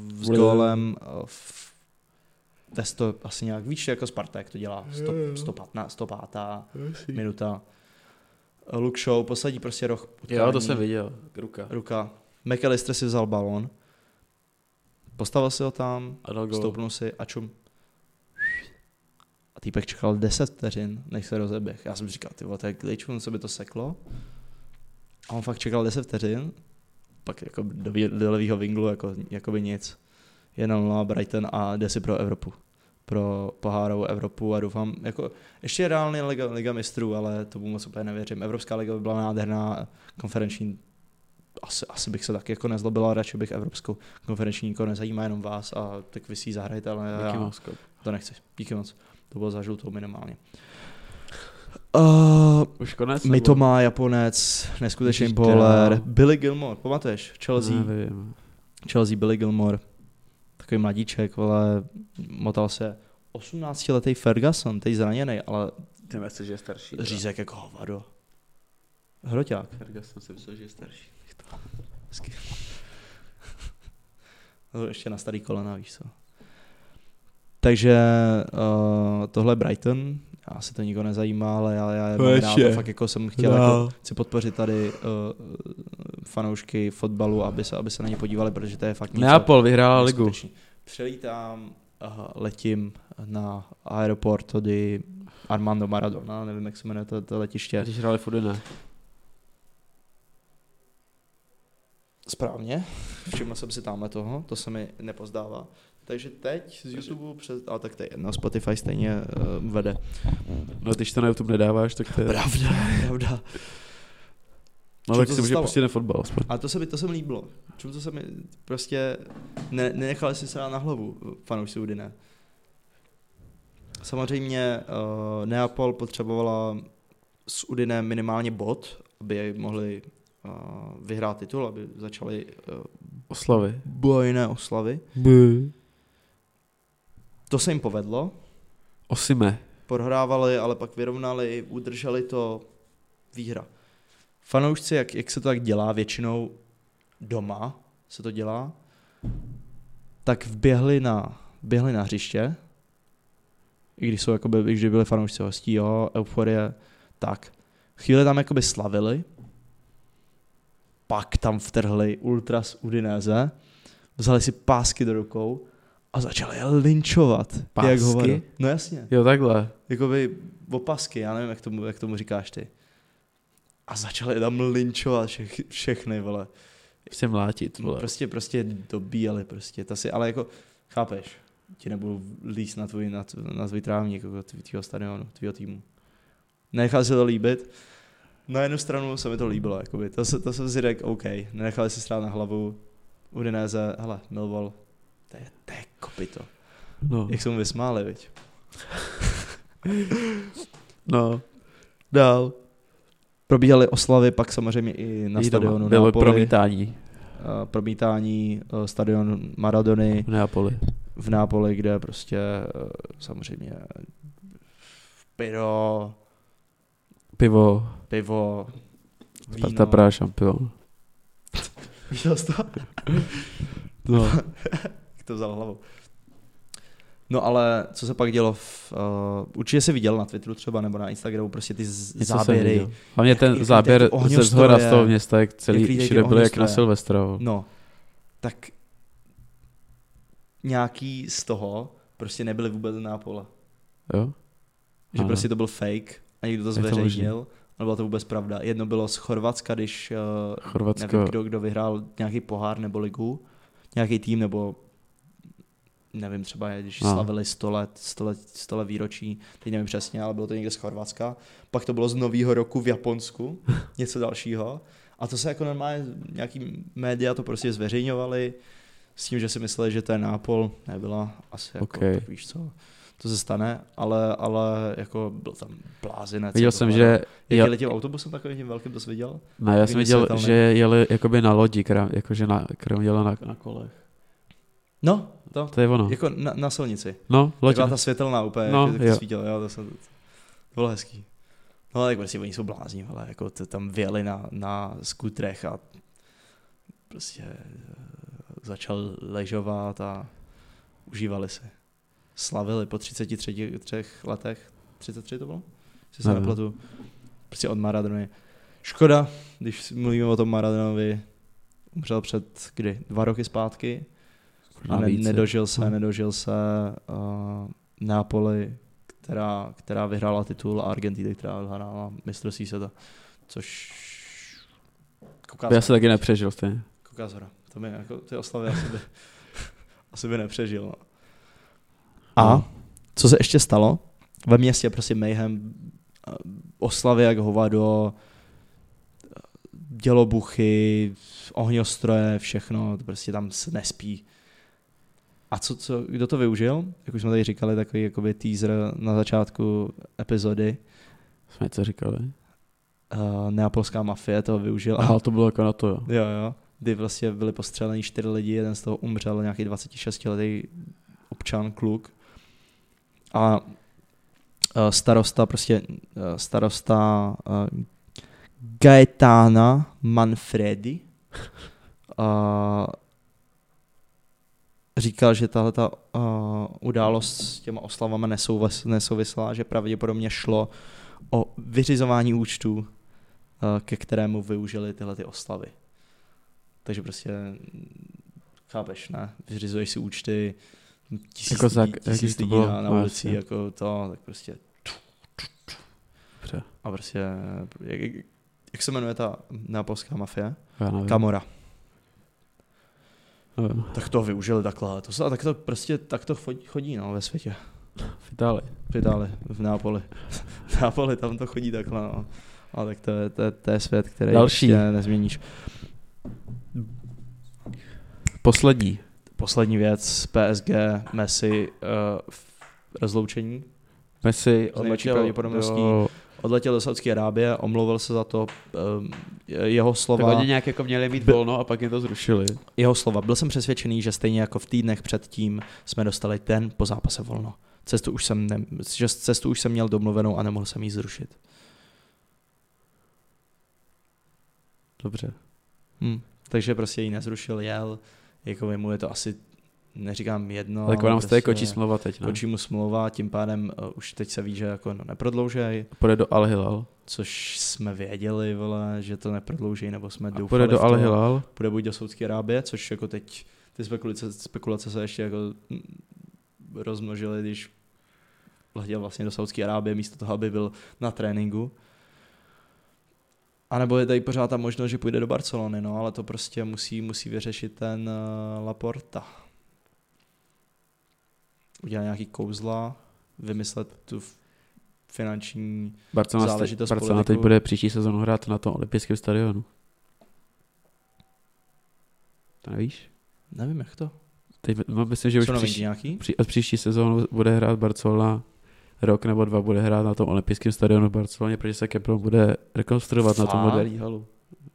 v, s gólem uh, v testo asi nějak víš, jako Spartak to dělá. 115, 105. minuta. Eh, Luke Shaw posadí prostě roh. Jo, to utkání. jsem viděl. Ruka. Ruka. McAllister si vzal balón. Postavil si ho tam, A dal gol. stoupnul si a čum. A týpek čekal 10 vteřin, než se rozeběh. Já jsem říkal, ty vole, to je glitch, on se by to seklo. A on fakt čekal 10 vteřin, pak jako do, vě- do levýho vinglu, jako, jako by nic. 1-0 Brighton a jde si pro Evropu. Pro pohárovou Evropu a doufám, jako ještě reálně Liga, Liga mistrů, ale tomu moc úplně nevěřím. Evropská liga by byla nádherná, konferenční asi, asi bych se tak jako nezlobil, ale radši bych Evropskou konferenční nikoho nezajímá jenom vás a tak vy si ji zahrajte, ale Mickey já Mouse Cup. to nechci. Díky moc. To bylo za žlutou minimálně. Uh, Už konec? nebo- Mitoma, Japonec, neskutečný Eh, Ježíš, bowler. král. Billy Gilmore, pamatuješ? Chelsea, Nevím. Chelsea Billy Gilmore. Takový mladíček, ale motal se 18-letý Ferguson, teď zraněný, ale Ty myslíš, že je starší. řízek jako hovado. Hroťák. Ferguson si myslel, že je starší. No, ještě na starý kolena, víš co. Takže uh, tohle je Brighton, asi to nikoho nezajímá, ale já, já, To je já vše. to fakt jako jsem chtěl, No. jako, chci podpořit tady uh, fanoušky fotbalu, aby se, aby se na ně podívali, protože to je fakt něco Neapol vyhrál ligu. neskutečný. Přelítám, uh, letím na aeroport tady Armando Maradona, nevím, jak se jmenuje to, to letiště. Když hráli furt ne. Správně, všiml jsem si tamhle toho, to se mi nepozdává. Takže teď z YouTube přes, ale tak to je jedno, Spotify stejně uh, vede. No, když to na YouTube nedáváš, tak to je... Pravda, pravda. No, čím tak to si může zastalo? pustit ten fotbal. aspoň. A to se mi, to se mi líbilo. Čím to se mi, prostě, ne, nenechali si se dát na hlavu, eh, fanoušci Udine. Samozřejmě uh, Neapol potřebovala s Udinem minimálně bod, aby mohli uh, vyhrát titul, aby začali uh, Oslavy. bojné oslavy. To se jim povedlo, Osime. prohrávali, ale pak vyrovnali, udrželi to výhra. Fanoušci, jak, jak se to tak dělá většinou doma, se to dělá, tak vběhli na, běhli na hřiště, i když jsou jakoby, i když byli fanoušci hostí, jo, euforie, tak. Chvíli tam jakoby slavili, pak tam vtrhli Ultras Udinese, vzali si pásky do rukou a začali je linčovat. Jak Pásky? hovado. no jasně Jo, takhle. jakoby opasky, já nevím, jak tomu, jak tomu říkáš ty. A začali tam linčovat všech, všechny, vole. Chci mlátit, vole. Prostě, prostě dobíjeli, prostě. Ta si, ale jako, chápeš, ti nebudu líst na tvůj, na, tv- na tvůj trávník, jako tv- tvýho stadionu, tvýho týmu. Nechal se to líbit. Na jednu stranu se mi to líbilo, jakoby. To, se, to jsem si řekl, OK, nenechali se strát na hlavu. Udinéze, hele, Millwall, to je, to je kopito. No. Jak se mu vysmáli, viď? no. Dál. Probíhaly oslavy pak samozřejmě i na Jí doma. stadionu Bylo Napoli, promítání eh, promítání eh, stadion Maradony v Neapoli. v Nápoli, kde prostě eh, samozřejmě pyro, Pivo, pivo, Sparta Praha šampion. Viděl jsi to? No. Jak to vzal hlavou. No ale co se pak dělo, v, uh, určitě jsi viděl na Twitteru třeba nebo na Instagramu prostě ty z- Něco jsem záběry. viděl. Hlavně Jak- ten jak záběr lítají ty ze zhora z ohňostroje, toho města, jak jak celý lítají ty všude byly jak na ohňostroje. Silvestra. vole. No, tak nějaký z toho prostě nebyly vůbec na pole. Jo? Že Ano. prostě to byl fake a někdo to Je to zveřejnil. Ale byla to vůbec pravda. Jedno bylo z Chorvatska, když eh, Chorvatsko. nevím, kdo, kdo vyhrál nějaký pohár nebo ligu, nějaký tým nebo nevím, třeba když No. no. slavili 100 let, 100 let, 100 let výročí, teď nevím přesně, ale bylo to někde z Chorvatska. Pak to bylo z nového roku v Japonsku, něco dalšího. A to se jako normálně, nějaký média to prostě zveřejňovali s tím, že si mysleli, že to je nápol, nebyla asi jako, Okej. tak víš co, to se stane, ale, ale jako byl tam blázinec. Viděl jako, jsem, ale- že Jak jel- jel... tím autobusem takovým tím velkým, to jsi viděl? ne, já jsem viděl, vymyslitelný. že jeli jakoby na lodi, která, jakože na, kterou jela na, na kolech. No, to, To je ono. Jako na, na silnici. No, loď. Taková ta světelná úplně, No, no, jak, jak jo. to svítilo, jo, to, jsem, to bylo hezký. No ale tak prostě oni jsou blázni, ale jako to tam vyjeli na, na skutrech a prostě eh, začal ležovat a užívali si. Slavili po 33 třech letech, 33 to bylo? Jestli se Nevím. nepletu. Prostě od Maradony. Škoda, když mluvíme o tom Maradonovi, umřel před kdy? Dva roky zpátky, a ne, nedožil se, Hm. nedožil se uh, Nápoli, která, která vyhrála titul a Argentina, která vyhrála mistrovství světa, což kouká Já z- se taky nepřežil stejně. kouká zhora. To mi jako ty oslavy asi by asi by nepřežil. no. Hmm. A co se ještě stalo? Ve městě prostě mayhem, eh, oslavy jak hovado, eh, dělobuchy, ohňostroje, všechno, to prostě tam se nespí. A co, co, kdo to využil? Jak už jsme tady říkali, takový jakoby teaser na začátku epizody. Jsme co říkali. Uh, neapolská mafie to využila. Aha, to bylo jako na to, jo. Jo, jo. Kdy vlastně byli postřeleni čtyři lidi, jeden z toho umřel, nějaký 26-letý občan, kluk. A eh, starosta, prostě eh, starosta eh, Gaetana Manfredi a říkal, že tahle ta eh, událost s těma oslavama nesouvis, nesouvisla, že pravděpodobně šlo o vyřizování účtů, eh, ke kterému využili tyhle ty oslavy. Takže prostě mm, chápeš, ne? Vyřizuješ si účty tisíc, Jako jako za- za, jaký tisíc to lidí bylo? na, na No, ulici, jasně. jako to, tak prostě Dobře. a prostě, jak, jak- jak se jmenuje ta neapolská mafie? Já nevím. Kamora. nevím. Tak to využili takhle, to se, tak to prostě, tak to chodí, chodí no, ve světě. V Itálii. V Itálii, v Nápoli. v Nápoli, tam to chodí takhle, no. Ale tak to je, to je, to je svět, který Další. prostě nezměníš. Poslední. Poslední věc, PSG, Messi, uh, rozloučení. Messi největší odletěl pravděpodobností do... Odletěl do Saudské Arábie, omluvil se za to, um, jeho slova... Tak oni nějak jako měli mít volno a pak je to zrušili. Jeho slova. Byl jsem přesvědčený, že stejně jako v týdnech předtím jsme dostali den po zápase volno. Cestu už jsem, ne, že cestu už jsem měl domluvenou a nemohl jsem ji zrušit. Dobře. Hm. Takže prostě ji nezrušil, jel. Jako mu je to asi, neříkám jedno. No, tak nám prostě prostě... kočí smlouva teď, ne? Kočí mu smlouva, tím pádem uh, už teď se ví, že jako no, neprodloužej, Půjde do Al-Hilal. což jsme věděli, vole, že to neprodloužej, nebo jsme A doufali. půjde v do to. Al-Hilal. půjde buď do Saudské Arábie, což jako teď ty spekulace, spekulace se ještě jako mm, rozmnožily, když letěl vlastně do Saudské Arábie místo toho, aby byl na tréninku. A nebo je tady pořád ta možnost, že půjde do Barcelony, no, ale to prostě musí, musí vyřešit ten uh, Laporta. Udělat nějaký kouzla, vymyslet tu f- finanční... Barcelona, teď, Záležitost Barcelona teď politiků. bude příští sezonu hrát na tom olympijském stadionu. To nevíš? Nevím, jak to. Teď, no, myslím, že už Jsou novinky příští, nějaký? Při, od příští sezónu bude hrát Barcelona rok nebo dva bude hrát na tom olympijském stadionu v Barceloně, protože se Kepron bude rekonstruovat na tom Fakt? moderní halu.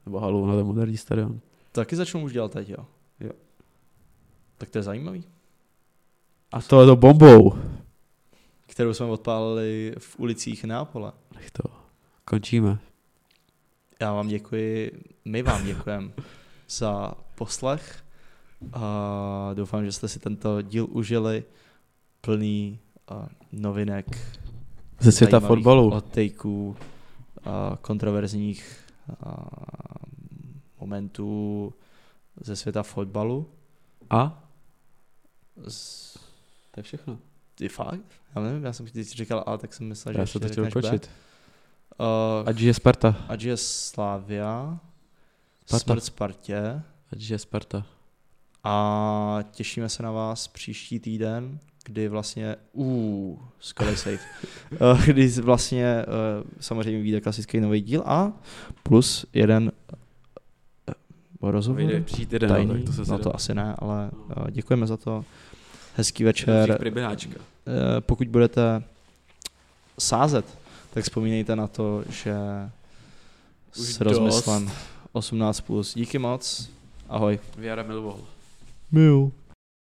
Nebo halu na tom moderní stadion. Taky začnou už dělat teď, jo? Jo. Tak to je zajímavý. A to je to bombou. Kterou jsme odpálili v ulicích Nápole. Nech to. Končíme. Já vám děkuji, my vám děkujeme za poslech a doufám, že jste si tento díl užili plný a, novinek. Ze světa zajímavých fotbalu. Odtejků, a, kontroverzních a, momentů ze světa fotbalu. A? Z... To je všechno. Ty fakt? Já nevím, já jsem teď říkal A, tak jsem myslel, že Já jsem ještě to chtěl řekneš B. kočit. Uh, Ať je Sparta. Ať je Slávia, Sparta. smrt Spartě Ať je Sparta. a těšíme se na vás příští týden, kdy vlastně, uh, skoro safe, Eh, kdy vlastně eh, samozřejmě vyjde klasický nový díl a plus jeden eh, rozhovor. Vyjde příští týden, no, tak Tajný, to se no to asi ne, ale eh, děkujeme za to. Hezký večer. Přibyháčka. Eh, pokud budete sázet, tak vzpomínejte na to, že Už s dost. rozmyslem 18+. Plus. Díky moc, ahoj. Věra Milvol. Miu.